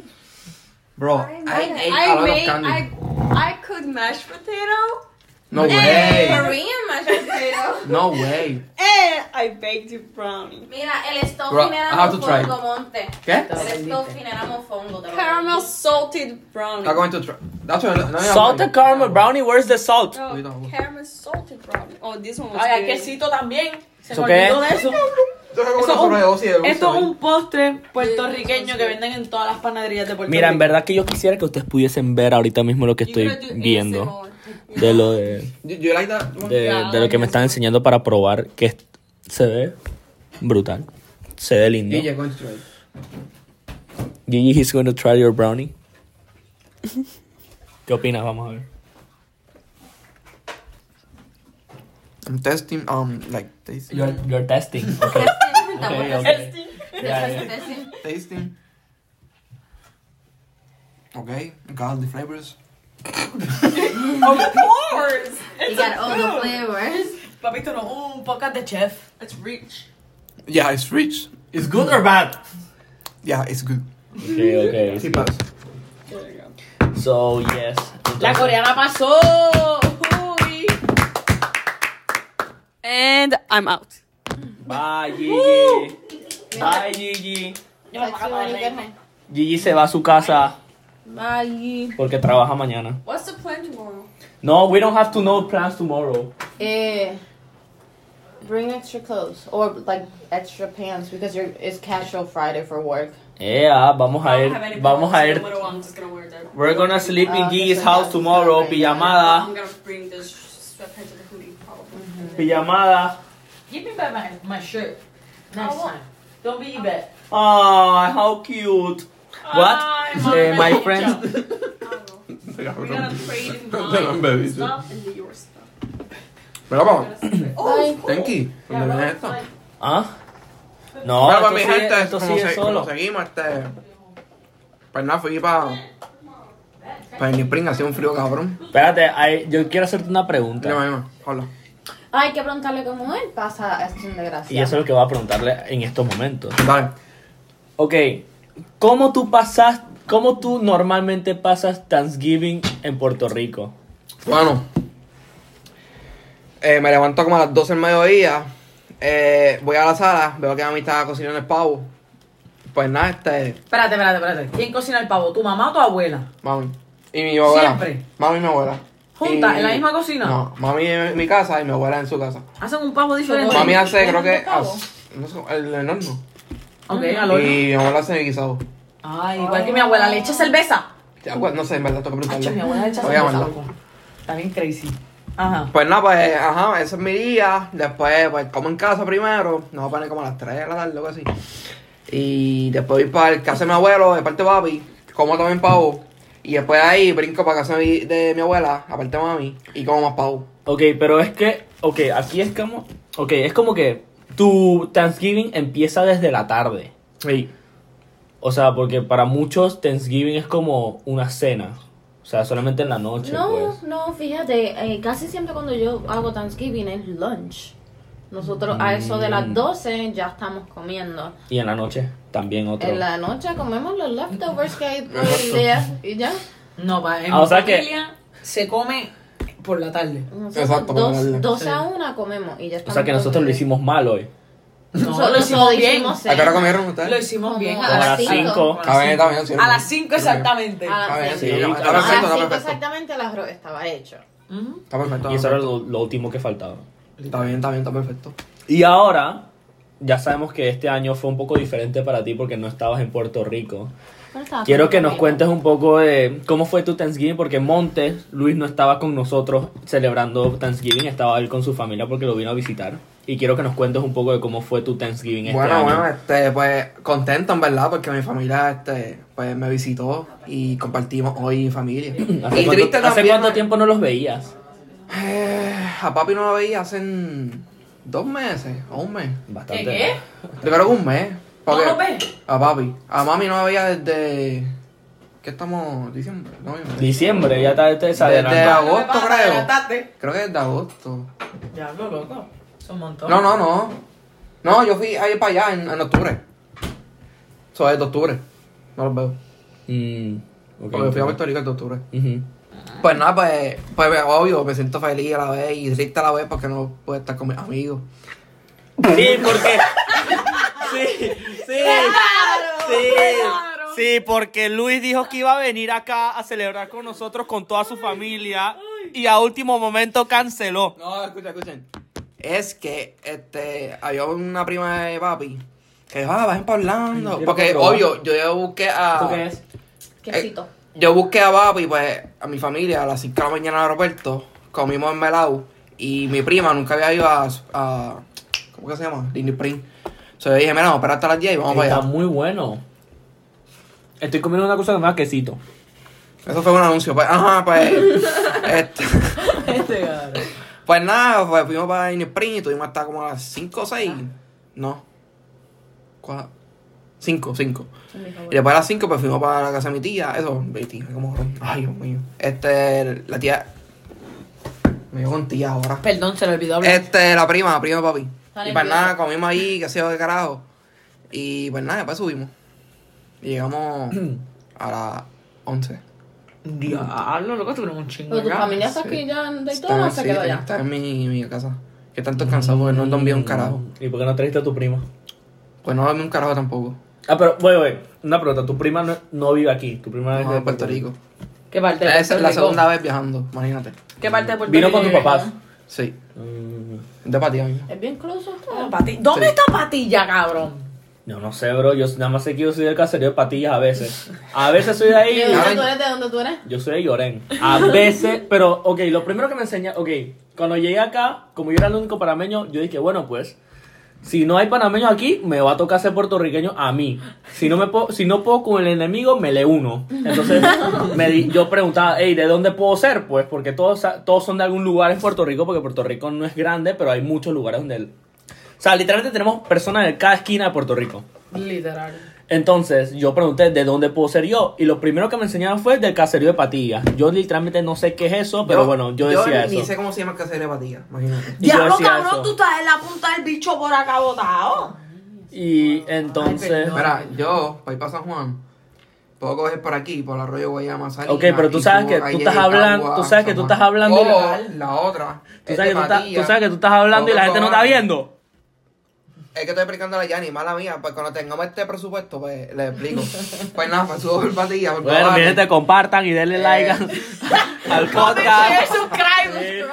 [SPEAKER 6] Bro, I ate a lot of
[SPEAKER 4] I,
[SPEAKER 6] candy.
[SPEAKER 4] I could mashed potato
[SPEAKER 6] No way.
[SPEAKER 3] Korean mashed potato.
[SPEAKER 6] No way.
[SPEAKER 4] and I baked a brownie.
[SPEAKER 3] Mira, el
[SPEAKER 6] Bro,
[SPEAKER 3] stuffing
[SPEAKER 6] I
[SPEAKER 3] era
[SPEAKER 6] have to try it.
[SPEAKER 3] mofongo, monte.
[SPEAKER 6] ¿Qué?
[SPEAKER 3] El stuffing era mofongo. te lo
[SPEAKER 4] Caramel salted brownie.
[SPEAKER 6] I'm going to try. That's what, no, no,
[SPEAKER 2] Salted caramel brownie. Where's the salt?
[SPEAKER 4] No,
[SPEAKER 6] Cuidado.
[SPEAKER 4] Oh, caramel salted brownie. Oh, this one was
[SPEAKER 1] Ay, hay
[SPEAKER 4] good.
[SPEAKER 1] quesito también. Se
[SPEAKER 2] ¿Eso
[SPEAKER 1] me
[SPEAKER 2] qué
[SPEAKER 1] olvidó de eso.
[SPEAKER 6] Yo creo que una
[SPEAKER 1] Eso es un-
[SPEAKER 6] sobredosis de dulce,
[SPEAKER 1] Esto es
[SPEAKER 6] ¿eh?
[SPEAKER 1] un postre puertorriqueño que venden en todas las panaderías de Puerto
[SPEAKER 2] Mira, en
[SPEAKER 1] Rico.
[SPEAKER 2] verdad que yo quisiera que ustedes pudiesen ver ahorita mismo lo que
[SPEAKER 4] You
[SPEAKER 2] estoy
[SPEAKER 4] gotta do
[SPEAKER 2] viendo.
[SPEAKER 4] ASMR.
[SPEAKER 2] De lo de,
[SPEAKER 6] You, you like that one?
[SPEAKER 2] de, de lo que me están enseñando para probar que es- se ve brutal. Se ve lindo.
[SPEAKER 6] Yeah, going to try. it.
[SPEAKER 2] Gigi, he's going to try your brownie. ¿Qué opinas? Vamos a ver.
[SPEAKER 6] I'm testing, um, like, tasting.
[SPEAKER 2] You're, you're testing. Okay. okay, okay. Yeah, yeah.
[SPEAKER 6] tasting. Okay, got all the flavors.
[SPEAKER 1] Of course.
[SPEAKER 3] You got all the flavors.
[SPEAKER 1] Papito, no, un podcast de chef. It's rich.
[SPEAKER 6] Yeah, it's rich.
[SPEAKER 2] It's good or bad?
[SPEAKER 6] Yeah, it's good.
[SPEAKER 2] Okay, okay.
[SPEAKER 6] Sí, pasa.
[SPEAKER 2] So, yes.
[SPEAKER 1] La
[SPEAKER 2] entonces-
[SPEAKER 1] coreana pasó. Uy.
[SPEAKER 4] And I'm out.
[SPEAKER 2] Bye, Gigi. Bye, Gigi. Gigi se va a su casa
[SPEAKER 3] Bye.
[SPEAKER 2] porque trabaja mañana.
[SPEAKER 4] What's the plan tomorrow?
[SPEAKER 2] No, we don't have to know plans tomorrow.
[SPEAKER 3] Eh, bring extra clothes or like extra pants because you're it's casual Friday for work.
[SPEAKER 2] Yeah, Eh, ah, vamos a ir. Vamos a ir.
[SPEAKER 4] I'm just gonna wear that.
[SPEAKER 2] We're gonna sleep in
[SPEAKER 3] Ah,
[SPEAKER 2] Gigi's
[SPEAKER 3] entonces
[SPEAKER 2] house
[SPEAKER 3] ya,
[SPEAKER 2] tomorrow.
[SPEAKER 3] ya, ya.
[SPEAKER 2] Pijamada.
[SPEAKER 4] I'm gonna bring this sweatpants and hoodie probably.
[SPEAKER 2] Pijamada.
[SPEAKER 1] Give me back my, my shirt. Next time. Don't be bad.
[SPEAKER 2] Ah, how cute. What?
[SPEAKER 1] Ay,
[SPEAKER 2] Eh,
[SPEAKER 1] mamá.
[SPEAKER 2] my friends.
[SPEAKER 4] We're gonna trade in
[SPEAKER 6] Don't
[SPEAKER 4] mine
[SPEAKER 6] baby,
[SPEAKER 4] stuff and your stuff.
[SPEAKER 6] Mira, vamos.
[SPEAKER 3] Bye.
[SPEAKER 6] Thank you. ¿Dónde viene esto?
[SPEAKER 2] ¿Ah? No,
[SPEAKER 6] Mira,
[SPEAKER 2] esto
[SPEAKER 6] pues, mi
[SPEAKER 2] sí-
[SPEAKER 6] gente,
[SPEAKER 2] esto sí
[SPEAKER 6] como,
[SPEAKER 2] es
[SPEAKER 6] se-
[SPEAKER 2] solo.
[SPEAKER 6] como seguimos, este. Pues nada, fui para. Para Spring, hacía un frío cabrón.
[SPEAKER 2] Espérate, ay, yo quiero hacerte una pregunta.
[SPEAKER 6] Mira, mira, hola.
[SPEAKER 5] Ay, hay que preguntarle cómo él.
[SPEAKER 3] Pasa acción de gracia.
[SPEAKER 2] Y eso es lo que voy a preguntarle en estos momentos.
[SPEAKER 6] Dale.
[SPEAKER 2] Ok, ¿cómo tú pasas, cómo tú normalmente pasas Thanksgiving en Puerto Rico?
[SPEAKER 6] Bueno, eh, me levanto como a las 12 del mediodía. eh, voy a la sala, veo que mi está cocinando el pavo. Pues nada, este.
[SPEAKER 1] Espérate, espérate, espérate. ¿Quién cocina el pavo? ¿Tu mamá o tu abuela?
[SPEAKER 6] Mami. Y mi abuela.
[SPEAKER 1] Siempre.
[SPEAKER 6] Mami y mi abuela.
[SPEAKER 1] ¿Juntas,
[SPEAKER 6] Y-
[SPEAKER 1] en la misma cocina?
[SPEAKER 6] No, mami en mi casa y mi abuela en su casa.
[SPEAKER 1] Hacen un pavo diferente.
[SPEAKER 6] Mami hace,
[SPEAKER 3] ¿Y
[SPEAKER 6] creo que.
[SPEAKER 3] el pavo?
[SPEAKER 6] hace- no sé, el, el horno.
[SPEAKER 1] Ok, al horno.
[SPEAKER 6] Mm, Y mi abuela hace mi guisado.
[SPEAKER 1] Ay, igual que mi abuela le echa cerveza.
[SPEAKER 6] Ya, pues, no sé, en verdad, tengo que
[SPEAKER 1] Hacho,
[SPEAKER 6] preguntarle.
[SPEAKER 1] mi abuela le echa
[SPEAKER 6] Voy a
[SPEAKER 1] cerveza.
[SPEAKER 6] llamarla.
[SPEAKER 1] loco. Está bien crazy. Ajá.
[SPEAKER 6] Pues nada, pues, ajá, ese es mi día. Después, pues, como en casa primero. Nos va a poner como a las 3 de la tarde, algo así. Y después voy para el casa de mi abuelo, de parte de papi. Como también pavo. Y después de ahí brinco para casa de mi, de mi abuela, aparte de mami. Y como más pavo.
[SPEAKER 2] Ok, pero es que, ok, aquí es como, ok, es como que tu Thanksgiving empieza desde la tarde.
[SPEAKER 6] Sí.
[SPEAKER 2] O sea, porque para muchos Thanksgiving es como una cena. O sea, solamente en la noche,
[SPEAKER 5] No,
[SPEAKER 2] pues.
[SPEAKER 5] no, fíjate, eh, casi siempre cuando yo hago Thanksgiving es lunch. Nosotros a eso de las 12 ya estamos comiendo.
[SPEAKER 2] Y en la noche también otro.
[SPEAKER 5] En la noche comemos los leftovers que hay por el día y ya.
[SPEAKER 1] No, va, en
[SPEAKER 2] Ah,
[SPEAKER 1] mi
[SPEAKER 2] o sea que-
[SPEAKER 1] familia se come por la tarde.
[SPEAKER 5] Nosotros
[SPEAKER 6] Exacto, por la
[SPEAKER 5] dos,
[SPEAKER 6] tarde.
[SPEAKER 5] dos
[SPEAKER 1] Sí.
[SPEAKER 5] a una comemos y
[SPEAKER 2] O
[SPEAKER 5] ya estamos.
[SPEAKER 2] sea que nosotros lo
[SPEAKER 5] comiendo.
[SPEAKER 2] hicimos mal hoy.
[SPEAKER 1] No,
[SPEAKER 5] Nosotros
[SPEAKER 1] lo hicimos
[SPEAKER 5] lo
[SPEAKER 1] bien.
[SPEAKER 5] hicimos
[SPEAKER 6] ¿A qué hora
[SPEAKER 5] cena.
[SPEAKER 6] comieron ustedes?
[SPEAKER 1] Lo hicimos
[SPEAKER 5] Como
[SPEAKER 1] bien
[SPEAKER 5] a las
[SPEAKER 2] cinco.
[SPEAKER 1] A
[SPEAKER 6] Está bien, está bien, sí.
[SPEAKER 1] las 5 exactamente.
[SPEAKER 5] A
[SPEAKER 6] Está bien,
[SPEAKER 5] las
[SPEAKER 6] sí.
[SPEAKER 5] seis.
[SPEAKER 2] Sí,
[SPEAKER 6] Está
[SPEAKER 5] A las
[SPEAKER 6] perfecto,
[SPEAKER 5] cinco
[SPEAKER 6] está perfecto.
[SPEAKER 5] Ah, exactamente el arroz estaba hecho.
[SPEAKER 1] Ujú.
[SPEAKER 6] Está perfecto.
[SPEAKER 2] Y eso
[SPEAKER 6] está
[SPEAKER 2] era
[SPEAKER 6] perfecto.
[SPEAKER 2] lo, lo último que faltaba.
[SPEAKER 6] Está bien, está bien, está perfecto.
[SPEAKER 2] Y ahora, ya sabemos que este año fue un poco diferente para ti porque no estabas en Puerto Rico.
[SPEAKER 5] Pero estaba
[SPEAKER 2] Quiero que
[SPEAKER 5] súper
[SPEAKER 2] nos
[SPEAKER 5] bien.
[SPEAKER 2] cuentes un poco de cómo fue tu Thanksgiving, porque Montes, Luis no estaba con nosotros celebrando Thanksgiving, estaba él con su familia porque lo vino a visitar. Y quiero que nos cuentes un poco de cómo fue tu Thanksgiving este
[SPEAKER 6] bueno,
[SPEAKER 2] año.
[SPEAKER 6] bueno, este, pues contento en verdad porque mi familia este, pues, me visitó y compartimos hoy en familia.
[SPEAKER 2] ¿Hace,
[SPEAKER 6] y
[SPEAKER 2] cuánto,
[SPEAKER 6] triste
[SPEAKER 2] hace
[SPEAKER 6] también.
[SPEAKER 2] cuánto tiempo no los veías?
[SPEAKER 6] eh, a papi no lo veía hace dos meses o un mes.
[SPEAKER 2] Bastante.
[SPEAKER 1] ¿Qué?
[SPEAKER 6] Yo creo que un mes. porque-
[SPEAKER 1] ¿No lo ves?
[SPEAKER 6] A papi. A mami no la veía desde. ¿Qué estamos? ¿Diciembre? Noviembre.
[SPEAKER 2] Diciembre, ya está este
[SPEAKER 6] Desde agosto,
[SPEAKER 1] Pasa, te
[SPEAKER 6] creo.
[SPEAKER 1] adelantaste.
[SPEAKER 6] Creo que desde agosto.
[SPEAKER 1] Diablo, loco. Son montones.
[SPEAKER 6] No, no, no. No, yo fui ayer para allá en, en octubre. Eso es de octubre. No los veo.
[SPEAKER 2] Mm,
[SPEAKER 6] Porque fui a Puerto Rico el de octubre. Pues nada, pues, pues obvio, me siento feliz a la vez y triste a la vez porque no puedo estar con mis amigos.
[SPEAKER 2] Sí, porque. Sí, sí. Sí, sí, porque Luis dijo que iba a venir acá a celebrar con nosotros, con toda su familia. Y a último momento canceló.
[SPEAKER 6] No, escuchen, escuchen. Es que este había una prima de papi que dijo, ah, bajen para Orlando.
[SPEAKER 2] quiero
[SPEAKER 6] Porque
[SPEAKER 2] probar.
[SPEAKER 6] obvio, yo, yo busqué a.
[SPEAKER 2] ¿Esto qué es?
[SPEAKER 5] Quesito.
[SPEAKER 6] Yo busqué a papi, pues, a mi familia a las 5 de la mañana en el aeropuerto. Comimos en Melau. Y mi prima nunca había ido a. a- ¿Cómo que se llama? Disney Print. So yo dije, mira, vamos a esperar hasta las 10 y vamos para
[SPEAKER 2] Está
[SPEAKER 6] allá.
[SPEAKER 2] muy bueno. Estoy comiendo una cosa que me da quesito.
[SPEAKER 6] Eso fue un anuncio. Pues, ajá, pues. este,
[SPEAKER 1] Este cabrón.
[SPEAKER 6] pues nada, pues fuimos para Disney Print y tuvimos hasta como a las 5 o 6.
[SPEAKER 5] Ah.
[SPEAKER 6] No. 5, 5. Y después a las 5 pues fuimos para la casa de mi tía, eso, mi tía, como ay Dios mío. Este, la tía. Me dio con tía ahora.
[SPEAKER 1] Perdón, se le olvidó hablar.
[SPEAKER 6] Este, la prima, la prima de papi.
[SPEAKER 5] Está
[SPEAKER 6] y para
[SPEAKER 5] nerviosa.
[SPEAKER 6] nada, comimos ahí, qué sé yo, qué carajo. Y pues nada, después subimos. Y llegamos a las 11.
[SPEAKER 1] Diablo, Ah, loco, tuvieron un chingo.
[SPEAKER 5] Pero tu
[SPEAKER 1] acá.
[SPEAKER 5] familia está
[SPEAKER 6] sí.
[SPEAKER 5] aquí ya de
[SPEAKER 6] Está-
[SPEAKER 5] todo, se
[SPEAKER 6] sí,
[SPEAKER 5] quedó allá.
[SPEAKER 6] Está en mi, mi casa. Que tanto cansado porque no dormí un carajo.
[SPEAKER 2] ¿Y por qué no trajiste a tu prima?
[SPEAKER 6] Pues no dormí un carajo tampoco.
[SPEAKER 2] Ah, pero, güey, güey, una pregunta. Tu prima no, no vive aquí. Tu prima es
[SPEAKER 6] No,
[SPEAKER 2] de
[SPEAKER 6] en Puerto Rico.
[SPEAKER 1] ¿Qué parte? de
[SPEAKER 6] Es
[SPEAKER 1] Puerto
[SPEAKER 6] la
[SPEAKER 1] Rico?
[SPEAKER 6] segunda vez viajando, imagínate.
[SPEAKER 1] ¿Qué parte de Puerto
[SPEAKER 2] Vino
[SPEAKER 1] Rico
[SPEAKER 2] con tus
[SPEAKER 1] llega?
[SPEAKER 2] papás.
[SPEAKER 6] Sí,
[SPEAKER 2] Mm,
[SPEAKER 6] de patio mía.
[SPEAKER 5] Es bien close usted.
[SPEAKER 1] Ah, Pati- ¿Dónde
[SPEAKER 6] Sí.
[SPEAKER 1] está Patilla, cabrón?
[SPEAKER 2] Yo no sé, bro. Yo nada más sé que yo soy del caserío de Patillas a veces. A veces soy de ahí.
[SPEAKER 5] ¿De dónde
[SPEAKER 6] Ay.
[SPEAKER 5] tú eres? ¿De dónde tú eres?
[SPEAKER 2] Yo soy de Lloren. A veces, pero, ok, lo primero que me enseña, ok, cuando llegué acá, como yo era el único panameño, yo dije, bueno, pues, si no hay panameños aquí, me va a tocar ser puertorriqueño a mí. Si no, me puedo, si no puedo con el enemigo, me le uno. Entonces, me di- yo preguntaba, hey, ¿de dónde puedo ser? Pues, porque todos, sa- todos son de algún lugar en Puerto Rico, porque Puerto Rico no es grande, pero hay muchos lugares donde... O sea, literalmente tenemos personas de cada esquina de Puerto Rico.
[SPEAKER 1] Literal.
[SPEAKER 2] Entonces yo pregunté de dónde puedo ser yo y lo primero que me enseñaron fue del caserío de Patillas. Yo literalmente no sé qué es eso, pero bueno, yo decía
[SPEAKER 6] Ni
[SPEAKER 2] eso.
[SPEAKER 6] sé cómo se llama el caserío de Patilla, imagínate.
[SPEAKER 2] Y yo
[SPEAKER 1] Diablo,
[SPEAKER 2] decía
[SPEAKER 1] cabrón,
[SPEAKER 2] eso.
[SPEAKER 1] tú estás en la punta del bicho por acá botado.
[SPEAKER 2] Y entonces,
[SPEAKER 5] perdón.
[SPEAKER 6] Mira, yo, para ir para San Juan, puedo coger por aquí, por el arroyo Guayama, Salinas,
[SPEAKER 2] Ok, pero tú
[SPEAKER 6] y
[SPEAKER 2] sabes
[SPEAKER 6] subo
[SPEAKER 2] que tú
[SPEAKER 6] calle
[SPEAKER 2] estás
[SPEAKER 6] de
[SPEAKER 2] hablando-
[SPEAKER 6] Cagua,
[SPEAKER 2] tú sabes que
[SPEAKER 6] San
[SPEAKER 2] tú
[SPEAKER 6] Juan.
[SPEAKER 2] estás hablando y-
[SPEAKER 6] O la otra.
[SPEAKER 2] tú sabes,
[SPEAKER 6] es de
[SPEAKER 2] que tú, estás,
[SPEAKER 6] Patilla.
[SPEAKER 2] tú sabes que tú estás hablando y la
[SPEAKER 6] Otro
[SPEAKER 2] gente no está
[SPEAKER 6] programa.
[SPEAKER 2] viendo.
[SPEAKER 6] Es que estoy explicando a Yanni, mala mía, pues cuando tengamos este presupuesto, pues le explico. pues nada, pues subo por Patilla. por
[SPEAKER 2] Bueno,
[SPEAKER 6] favor.
[SPEAKER 2] mi gente, compartan y denle
[SPEAKER 6] Eh.
[SPEAKER 2] like al- al
[SPEAKER 1] Share,
[SPEAKER 2] podcast.
[SPEAKER 1] subscribe.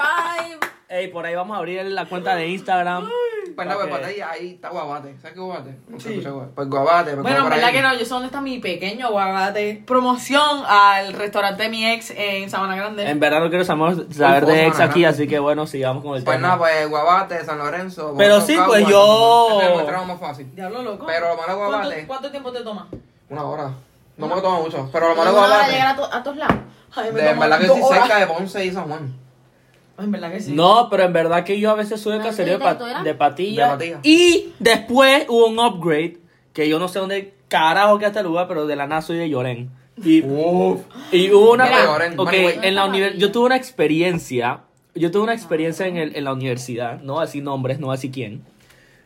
[SPEAKER 2] Ey, por ahí vamos a abrir la cuenta de Instagram.
[SPEAKER 6] Pues nada, pues
[SPEAKER 2] Ok.
[SPEAKER 6] Patilla, ahí está Guabate. ¿Sabes qué Guabate? Nunca escuché Guabate. Pues Guabate, me
[SPEAKER 1] Bueno,
[SPEAKER 6] cojo
[SPEAKER 1] en
[SPEAKER 6] por
[SPEAKER 1] verdad
[SPEAKER 6] ahí.
[SPEAKER 1] que no, yo sé dónde está mi pequeño aguacate. Promoción al restaurante de mi ex en Sabana Grande.
[SPEAKER 2] En verdad no quiero saber, saber
[SPEAKER 6] Uy,
[SPEAKER 2] de ex
[SPEAKER 6] Fosa,
[SPEAKER 2] aquí,
[SPEAKER 6] ¿no?
[SPEAKER 2] así que bueno, sigamos con el
[SPEAKER 6] Pues nada,
[SPEAKER 2] tema.
[SPEAKER 6] pues Guabate, San Lorenzo.
[SPEAKER 2] Pero
[SPEAKER 6] Bogotá,
[SPEAKER 2] sí,
[SPEAKER 6] Cagua,
[SPEAKER 2] pues,
[SPEAKER 6] San
[SPEAKER 2] yo-
[SPEAKER 6] Juan. Ese es el tramo más fácil.
[SPEAKER 1] Diablo, loco.
[SPEAKER 6] Pero lo malo de
[SPEAKER 1] ¿Cuánto,
[SPEAKER 6] Guabate,
[SPEAKER 1] cuánto tiempo te toma?
[SPEAKER 6] una hora. No me lo tomo mucho, pero lo malo de
[SPEAKER 3] No van a llegar
[SPEAKER 6] Guabate.
[SPEAKER 3] a, to- a todos lados.
[SPEAKER 1] Ay, me
[SPEAKER 6] De
[SPEAKER 1] toma
[SPEAKER 6] verdad que
[SPEAKER 1] dos
[SPEAKER 6] estoy
[SPEAKER 1] horas.
[SPEAKER 6] cerca de Ponce y San Juan.
[SPEAKER 1] Ay, En verdad que sí.
[SPEAKER 2] No, pero en verdad que yo a veces sube el
[SPEAKER 5] Ah,
[SPEAKER 2] caserío de,
[SPEAKER 5] sí,
[SPEAKER 2] pa-
[SPEAKER 5] ¿tú eras?
[SPEAKER 2] de patilla.
[SPEAKER 6] De Patilla.
[SPEAKER 2] Y después hubo un upgrade que yo no sé dónde carajo que este lugar, pero de la nada soy de Lloren. Y,
[SPEAKER 6] Uf.
[SPEAKER 2] y hubo una.
[SPEAKER 6] Mira, Llorén,
[SPEAKER 2] ok,
[SPEAKER 6] Manigüey.
[SPEAKER 2] en la univer- yo tuve una experiencia. Yo
[SPEAKER 1] Ah.
[SPEAKER 2] tuve una experiencia en, el- en la universidad. No voy a decir nombres, no voy a decir quién.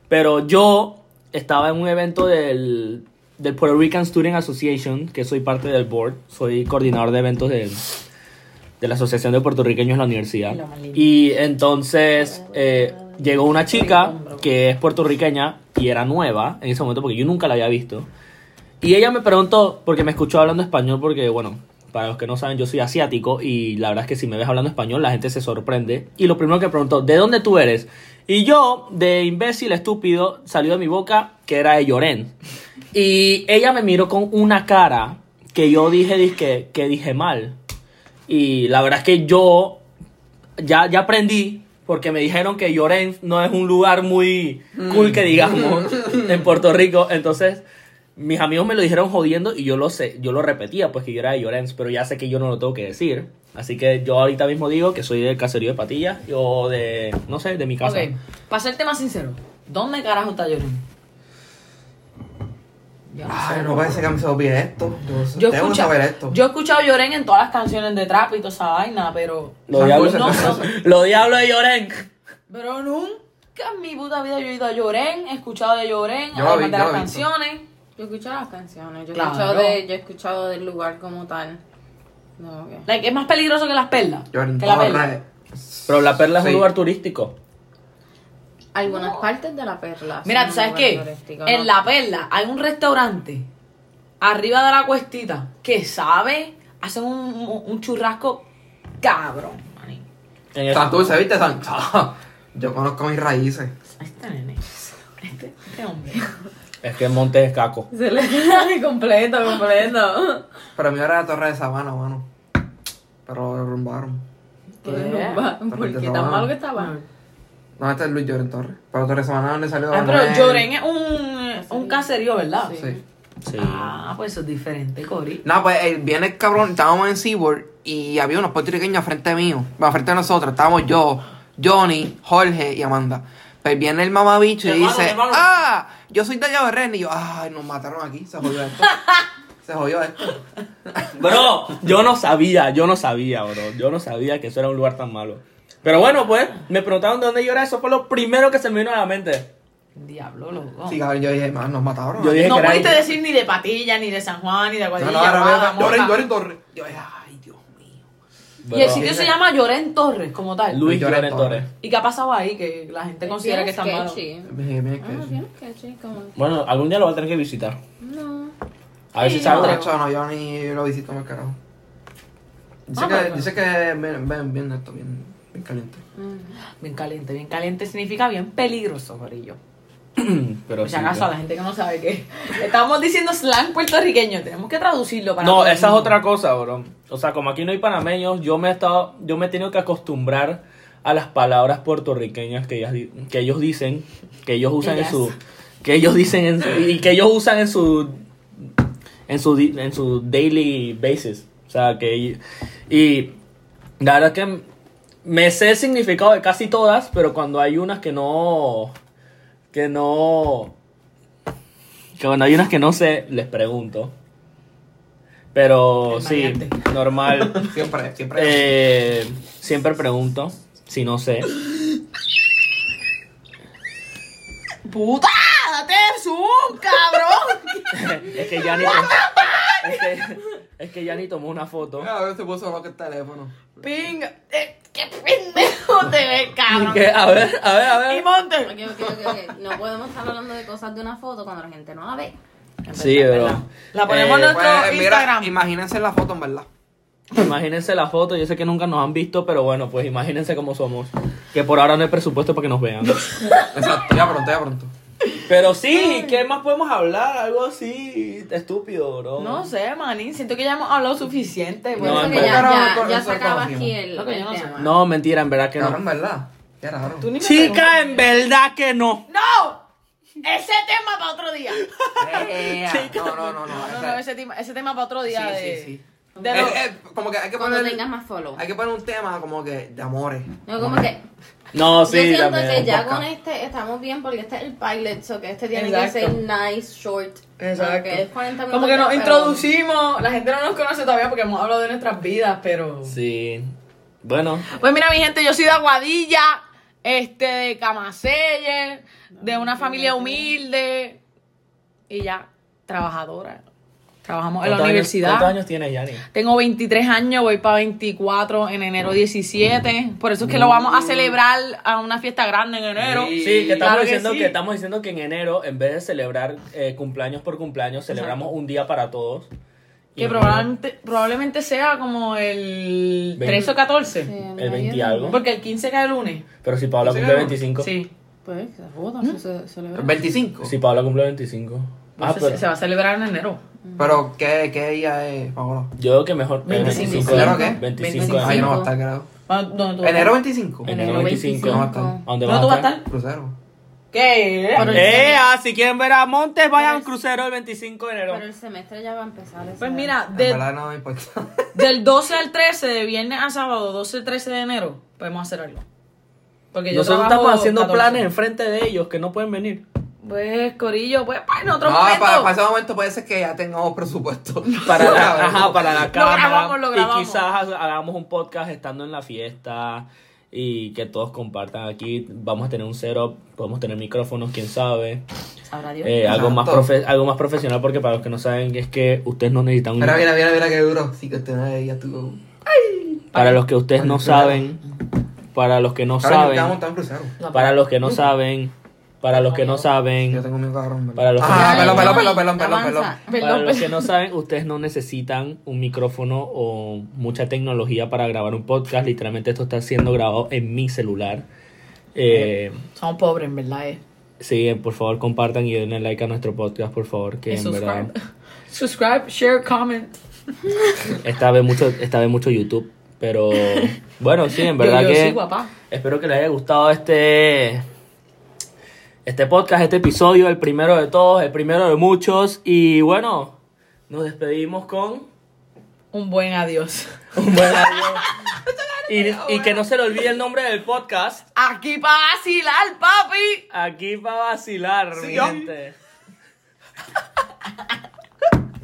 [SPEAKER 2] Pero yo estaba en un evento del, del Puerto Rican Student Association, que soy parte del board. Soy coordinador de eventos de, de la Asociación de Puertorriqueños en la universidad. Y entonces eh, llegó una chica que es puertorriqueña y era nueva en ese momento porque yo nunca la había visto. Y ella me preguntó, porque me escuchó hablando español, porque bueno, para los que no saben, yo soy asiático y la verdad es que si me ves hablando español, la gente se sorprende. Y lo primero que preguntó, ¿de dónde tú eres? Y yo, de imbécil estúpido, salió de mi boca que era de Llorén. Y ella me miró con una cara que yo dije, dizque, que dije mal. Y la verdad es que yo ya, ya aprendí porque me dijeron que Llorens no es un lugar muy cool que digamos en Puerto Rico. Entonces, mis amigos me lo dijeron jodiendo y yo lo sé, yo lo repetía, pues que yo era de Llorens, pero ya sé que yo no lo tengo que decir. Así que yo ahorita mismo digo que soy del caserío de Patillas o de, no sé, de mi casa.
[SPEAKER 1] Ok, para serte más sincero, ¿dónde carajo está Llorón? Yo no sé.
[SPEAKER 6] Ay, no parece que me se olvide esto.
[SPEAKER 1] Yo,
[SPEAKER 6] Yo, tengo que
[SPEAKER 1] escucha-
[SPEAKER 6] saber esto.
[SPEAKER 1] yo he escuchado Llorén en todas las canciones de trap y toda esa vaina, pero.
[SPEAKER 2] Lo diablo,
[SPEAKER 1] No, no.
[SPEAKER 2] lo diablo de Llorens.
[SPEAKER 1] Pero nunca en mi puta vida yo he ido a Llorén, he escuchado de Llorén,
[SPEAKER 6] Yo lo
[SPEAKER 1] además
[SPEAKER 6] vi,
[SPEAKER 1] de las
[SPEAKER 6] yo lo he visto.
[SPEAKER 1] canciones.
[SPEAKER 5] Yo he escuchado las canciones, yo he,
[SPEAKER 1] Claro.
[SPEAKER 5] escuchado, de, yo he escuchado del lugar como tal. No, ok.
[SPEAKER 1] Like, es más peligroso que las perlas.
[SPEAKER 6] Llorén,
[SPEAKER 1] que la
[SPEAKER 6] todas
[SPEAKER 1] perla.
[SPEAKER 6] las-
[SPEAKER 2] Pero la perla es
[SPEAKER 6] Sí.
[SPEAKER 2] un lugar turístico.
[SPEAKER 5] Algunas partes de la perla.
[SPEAKER 1] Mira,
[SPEAKER 5] son
[SPEAKER 1] ¿tú sabes
[SPEAKER 5] lugar
[SPEAKER 1] qué?
[SPEAKER 5] turístico,
[SPEAKER 1] En
[SPEAKER 5] ¿no?
[SPEAKER 1] La Perla hay un restaurante arriba de la cuestita que sabe, hacen un, un- un churrasco cabrón. maní.
[SPEAKER 2] En esa-
[SPEAKER 6] Tan dulce, ¿viste? Tan- Yo conozco mis raíces.
[SPEAKER 1] Este nene, este, este hombre.
[SPEAKER 2] es que en Montes es caco.
[SPEAKER 5] Se le cae completo, completo.
[SPEAKER 6] Pero mi era la Torre de Sabana, mano. Pero lo derrumbaron.
[SPEAKER 5] ¿Por
[SPEAKER 6] Torrente
[SPEAKER 5] qué
[SPEAKER 6] Sabana.
[SPEAKER 5] tan malo que estaba?
[SPEAKER 6] No, este es Luis Lloren Torres. Pero Torre de Sabana, ¿dónde salió?
[SPEAKER 1] Ah,
[SPEAKER 6] Manuel?
[SPEAKER 1] pero Llorén es un, un caserío, ¿verdad?
[SPEAKER 6] Sí.
[SPEAKER 2] Sí.
[SPEAKER 1] Ah, pues eso es diferente, Cori.
[SPEAKER 6] No, pues eh, viene el cabrón, estábamos en Seaboard y había unos puertorriqueños frente mío, bueno, frente a nosotros, estábamos yo, Johnny, Jorge y Amanda. Pues viene el mamabicho y
[SPEAKER 2] Hermano,
[SPEAKER 6] dice,
[SPEAKER 2] hermano.
[SPEAKER 6] ah, yo soy de allá de Ren. Y yo, ay, nos mataron aquí, se jodió esto. se jodió esto.
[SPEAKER 2] Bro, yo no sabía, yo no sabía, bro. Yo no sabía que eso era un lugar tan malo. Pero bueno, pues, me preguntaron de dónde yo era, eso fue lo primero que se me vino a la mente.
[SPEAKER 1] Diablo, loco.
[SPEAKER 6] Sí, cabrón, yo dije, man, nos mataron.
[SPEAKER 2] Yo dije
[SPEAKER 1] no
[SPEAKER 2] que era
[SPEAKER 1] pudiste
[SPEAKER 2] ahí.
[SPEAKER 1] decir ni de Patilla, ni de San Juan, ni de
[SPEAKER 6] no,
[SPEAKER 1] Aguadilla.
[SPEAKER 6] no, ahora veo-
[SPEAKER 1] Guada, Mora.
[SPEAKER 6] Lloren, Lloren Torres. Yo dije, ay, Dios mío.
[SPEAKER 1] Y el
[SPEAKER 2] Bro,
[SPEAKER 1] sitio se llama Llorén Torres, como tal.
[SPEAKER 2] Luis
[SPEAKER 6] Llorén
[SPEAKER 2] Llorén Torres.
[SPEAKER 6] Torres.
[SPEAKER 1] ¿Y qué ha pasado ahí? Que la gente considera que está malo.
[SPEAKER 5] sketchy.
[SPEAKER 6] Dije, mira,
[SPEAKER 5] Ah,
[SPEAKER 6] que...
[SPEAKER 5] bien sketchy, como...
[SPEAKER 2] Bueno, algún día lo voy a tener que visitar.
[SPEAKER 5] No.
[SPEAKER 2] A ver si
[SPEAKER 6] No,
[SPEAKER 2] salgo.
[SPEAKER 6] chaval, no, yo ni lo visito más carajo. Dice
[SPEAKER 1] Ah,
[SPEAKER 6] que,
[SPEAKER 1] pero-
[SPEAKER 6] dice que ven, ven, bien esto, bien, bien caliente.
[SPEAKER 1] Bien caliente, bien caliente significa bien peligroso, Corillo.
[SPEAKER 2] Pero
[SPEAKER 1] Por si
[SPEAKER 2] sí,
[SPEAKER 1] acaso a la gente que no sabe qué. Estamos diciendo slang puertorriqueño, tenemos que traducirlo para.
[SPEAKER 2] No,
[SPEAKER 1] todo el
[SPEAKER 2] esa es
[SPEAKER 1] mundo.
[SPEAKER 2] otra cosa, bro. O sea, como aquí no hay panameños, yo me he estado, yo me he tenido que acostumbrar a las palabras puertorriqueñas que ellas di- que ellos dicen, que ellos usan en
[SPEAKER 1] Ellas.
[SPEAKER 2] su, que ellos dicen en su- y que ellos usan en su, en su, di- en su daily basis. O sea, que y la verdad es que me sé el significado de casi todas, pero cuando hay unas que no, que no, Que bueno, hay unas que no sé, les pregunto. Pero
[SPEAKER 1] El
[SPEAKER 2] sí,
[SPEAKER 1] maleante.
[SPEAKER 2] normal.
[SPEAKER 6] Siempre, siempre.
[SPEAKER 2] Eh, siempre pregunto si no sé.
[SPEAKER 1] ¡Puta! ¡Date zoom, cabrón!
[SPEAKER 2] Es que ya ni to- es que, es que ya ni tomó una foto.
[SPEAKER 6] Ah, A ver, se puso loco el teléfono.
[SPEAKER 1] Pinga. Eh, ¡Qué pendejo te ves, cabrón!
[SPEAKER 2] Que, a ver, a ver, a
[SPEAKER 1] Y
[SPEAKER 2] ver.
[SPEAKER 5] Ok,
[SPEAKER 1] monte.
[SPEAKER 5] ok, ok, ok. No podemos estar hablando de cosas de una foto cuando la gente no la ve.
[SPEAKER 2] Sí, bro.
[SPEAKER 1] La ponemos en
[SPEAKER 2] Eh,
[SPEAKER 1] nuestro
[SPEAKER 6] Pues, mira,
[SPEAKER 1] Instagram.
[SPEAKER 6] imagínense la foto, en verdad.
[SPEAKER 2] Imagínense la foto, yo sé que nunca nos han visto, pero bueno, pues imagínense cómo somos. Que por ahora no hay presupuesto para que nos vean.
[SPEAKER 6] Exacto, ya pronto, ya pronto.
[SPEAKER 2] Pero sí, ¿qué más podemos hablar? Algo así estúpido, bro.
[SPEAKER 1] No sé, manín. Siento que ya hemos hablado suficiente.
[SPEAKER 5] Por
[SPEAKER 1] güey.
[SPEAKER 2] No,
[SPEAKER 5] eso
[SPEAKER 2] en
[SPEAKER 5] que ya,
[SPEAKER 6] verdad.
[SPEAKER 5] ya-
[SPEAKER 6] Pero
[SPEAKER 5] ya
[SPEAKER 6] eso
[SPEAKER 5] se acaba
[SPEAKER 6] conocimos.
[SPEAKER 5] aquí el,
[SPEAKER 1] Lo que yo
[SPEAKER 5] el
[SPEAKER 1] no sé.
[SPEAKER 5] tema.
[SPEAKER 2] No, mentira, en verdad que
[SPEAKER 6] Cabrón, en
[SPEAKER 2] no.
[SPEAKER 6] verdad. Qué raro.
[SPEAKER 1] Tú ni me
[SPEAKER 2] Chica, en verdad que no.
[SPEAKER 1] ¡No! Ese tema para otro día.
[SPEAKER 6] Eh, No, no, no, no.
[SPEAKER 1] No,
[SPEAKER 6] esa-
[SPEAKER 1] no, ese tema, ese tema para otro
[SPEAKER 6] Sí,
[SPEAKER 1] día.
[SPEAKER 6] sí,
[SPEAKER 1] de,
[SPEAKER 6] sí.
[SPEAKER 1] de
[SPEAKER 6] Eh,
[SPEAKER 1] lo-
[SPEAKER 6] eh, como que hay que
[SPEAKER 5] Cuando
[SPEAKER 6] poner.
[SPEAKER 5] tengas más follow.
[SPEAKER 6] Hay que poner un tema como que de amores.
[SPEAKER 5] No, como que.
[SPEAKER 2] No, sí,
[SPEAKER 5] yo siento
[SPEAKER 2] también.
[SPEAKER 5] que ya
[SPEAKER 6] podcast.
[SPEAKER 5] con este estamos bien porque este es el pilot, so que este tiene
[SPEAKER 1] Exacto.
[SPEAKER 5] que ser nice, short.
[SPEAKER 1] Exacto.
[SPEAKER 5] Aunque es 40
[SPEAKER 1] Como que
[SPEAKER 5] minutos
[SPEAKER 1] nos
[SPEAKER 5] ya, pero-
[SPEAKER 1] introducimos, la gente no nos conoce todavía porque hemos hablado de nuestras vidas, pero...
[SPEAKER 2] Sí. Bueno,
[SPEAKER 1] Pues mira, mi gente, yo soy de Aguadilla, este, de Camaselle, de una familia humilde y ya, trabajadora. Trabajamos en la
[SPEAKER 2] ¿cuántos años- ¿Cuántos
[SPEAKER 1] universidad.
[SPEAKER 2] años tienes, Yanni?
[SPEAKER 1] Tengo 23 años, voy para 24 en enero 17. Por eso es que lo vamos a celebrar a una fiesta grande en enero.
[SPEAKER 6] Sí.
[SPEAKER 2] Sí, que estamos
[SPEAKER 1] Claro que
[SPEAKER 2] diciendo que,
[SPEAKER 1] sí.
[SPEAKER 2] estamos diciendo que en enero, en vez de celebrar eh, cumpleaños por cumpleaños, celebramos un día para todos. Y
[SPEAKER 1] Que
[SPEAKER 2] en
[SPEAKER 1] probablemente, probablemente sea como el 13 o 14.
[SPEAKER 2] enero, el 20 y algo.
[SPEAKER 1] Porque el 15 cae el lunes.
[SPEAKER 2] Pero si Paola
[SPEAKER 6] ¿Sí,
[SPEAKER 2] cumple
[SPEAKER 6] no?
[SPEAKER 2] 25.
[SPEAKER 1] Sí.
[SPEAKER 5] Pues, se joda, se- se celebra.
[SPEAKER 6] 25.
[SPEAKER 2] Si Paola cumple 25. Pues Ah,
[SPEAKER 1] Entonces,
[SPEAKER 2] pero
[SPEAKER 1] se va a celebrar en enero.
[SPEAKER 6] Pero, ¿qué, qué día es, Paola?
[SPEAKER 2] yo creo que mejor.
[SPEAKER 1] 25.
[SPEAKER 2] 25.
[SPEAKER 6] ¿Enero qué?
[SPEAKER 2] 25.
[SPEAKER 6] Ay, no va a
[SPEAKER 2] enero.
[SPEAKER 6] estar, creo.
[SPEAKER 1] Ah, ¿dónde tú vas a
[SPEAKER 6] ¿Enero 25?
[SPEAKER 2] Enero 25.
[SPEAKER 6] No va a estar.
[SPEAKER 2] ¿A dónde
[SPEAKER 1] ¿Dónde tú vas a estar?
[SPEAKER 6] Crucero.
[SPEAKER 1] ¿Qué?
[SPEAKER 5] Pero el
[SPEAKER 2] Eh,
[SPEAKER 5] semestre-
[SPEAKER 2] ah, si quieren ver a Montes, vayan al crucero el 25 de enero.
[SPEAKER 5] Pero el semestre ya va a empezar. ese-
[SPEAKER 1] Pues mira,
[SPEAKER 6] En
[SPEAKER 1] de-
[SPEAKER 6] verdad no me importa.
[SPEAKER 1] del 12 al 13, de viernes a sábado, 12 al 13 de enero, podemos hacer algo. Porque yo
[SPEAKER 2] Nosotros
[SPEAKER 1] trabajo
[SPEAKER 2] estamos haciendo
[SPEAKER 1] 14.
[SPEAKER 2] planes enfrente de ellos que no pueden venir.
[SPEAKER 1] Pues, Corillo, pues, pues en otro
[SPEAKER 6] No,
[SPEAKER 1] momento.
[SPEAKER 6] para, ese momento puede ser que ya tengamos presupuesto.
[SPEAKER 2] Para la, ajá, para la cámara.
[SPEAKER 1] grabamos, lo grabamos.
[SPEAKER 2] Y quizás ha- hagamos un podcast estando en la fiesta y que todos compartan aquí. Vamos a tener un setup, podemos tener micrófonos, quién sabe.
[SPEAKER 5] Sabrá Dios.
[SPEAKER 2] Eh, algo, más
[SPEAKER 6] Exacto.
[SPEAKER 2] profe- algo más profesional porque para los que no saben es que ustedes no necesitan un...
[SPEAKER 6] Mira, mira, mira, mira qué duro. Sí, que usted ya estuvo.
[SPEAKER 2] Para los que ustedes no saben, para los que no
[SPEAKER 6] Cabrón, yo estaba
[SPEAKER 2] saben,
[SPEAKER 6] montado en crucero.
[SPEAKER 2] para los que no saben, para los que no
[SPEAKER 6] Yo
[SPEAKER 2] saben,
[SPEAKER 6] tengo miedo, cabrón.
[SPEAKER 2] Para los-
[SPEAKER 6] Ah,
[SPEAKER 5] Ya,
[SPEAKER 6] pelón,
[SPEAKER 5] ya,
[SPEAKER 6] pelón,
[SPEAKER 5] ya,
[SPEAKER 6] pelón, pelón, pelón, pelón.
[SPEAKER 5] avanza.
[SPEAKER 2] para
[SPEAKER 1] pues.
[SPEAKER 2] los que no saben, ustedes no necesitan un micrófono o mucha tecnología para grabar un podcast. Literalmente esto está siendo grabado en mi celular. Eh,
[SPEAKER 1] Somos pobres, en verdad, eh.
[SPEAKER 2] sí, por favor compartan y denle like a nuestro podcast, por favor, que
[SPEAKER 1] Y
[SPEAKER 2] en verdad
[SPEAKER 1] subscribe. Subscribe, share, comment.
[SPEAKER 2] esta vez mucho, esta vez mucho YouTube. Pero bueno, sí, en verdad
[SPEAKER 1] Yo- yo
[SPEAKER 2] que...
[SPEAKER 1] sí, guapa.
[SPEAKER 2] Espero que les haya gustado este este podcast, este episodio, el primero de todos, el primero de muchos y bueno, nos despedimos con
[SPEAKER 1] Un buen adiós.
[SPEAKER 2] un buen adiós. Y, y que no se le olvide el nombre del podcast.
[SPEAKER 1] Aquí para vacilar, papi.
[SPEAKER 2] Aquí para vacilar, mi gente.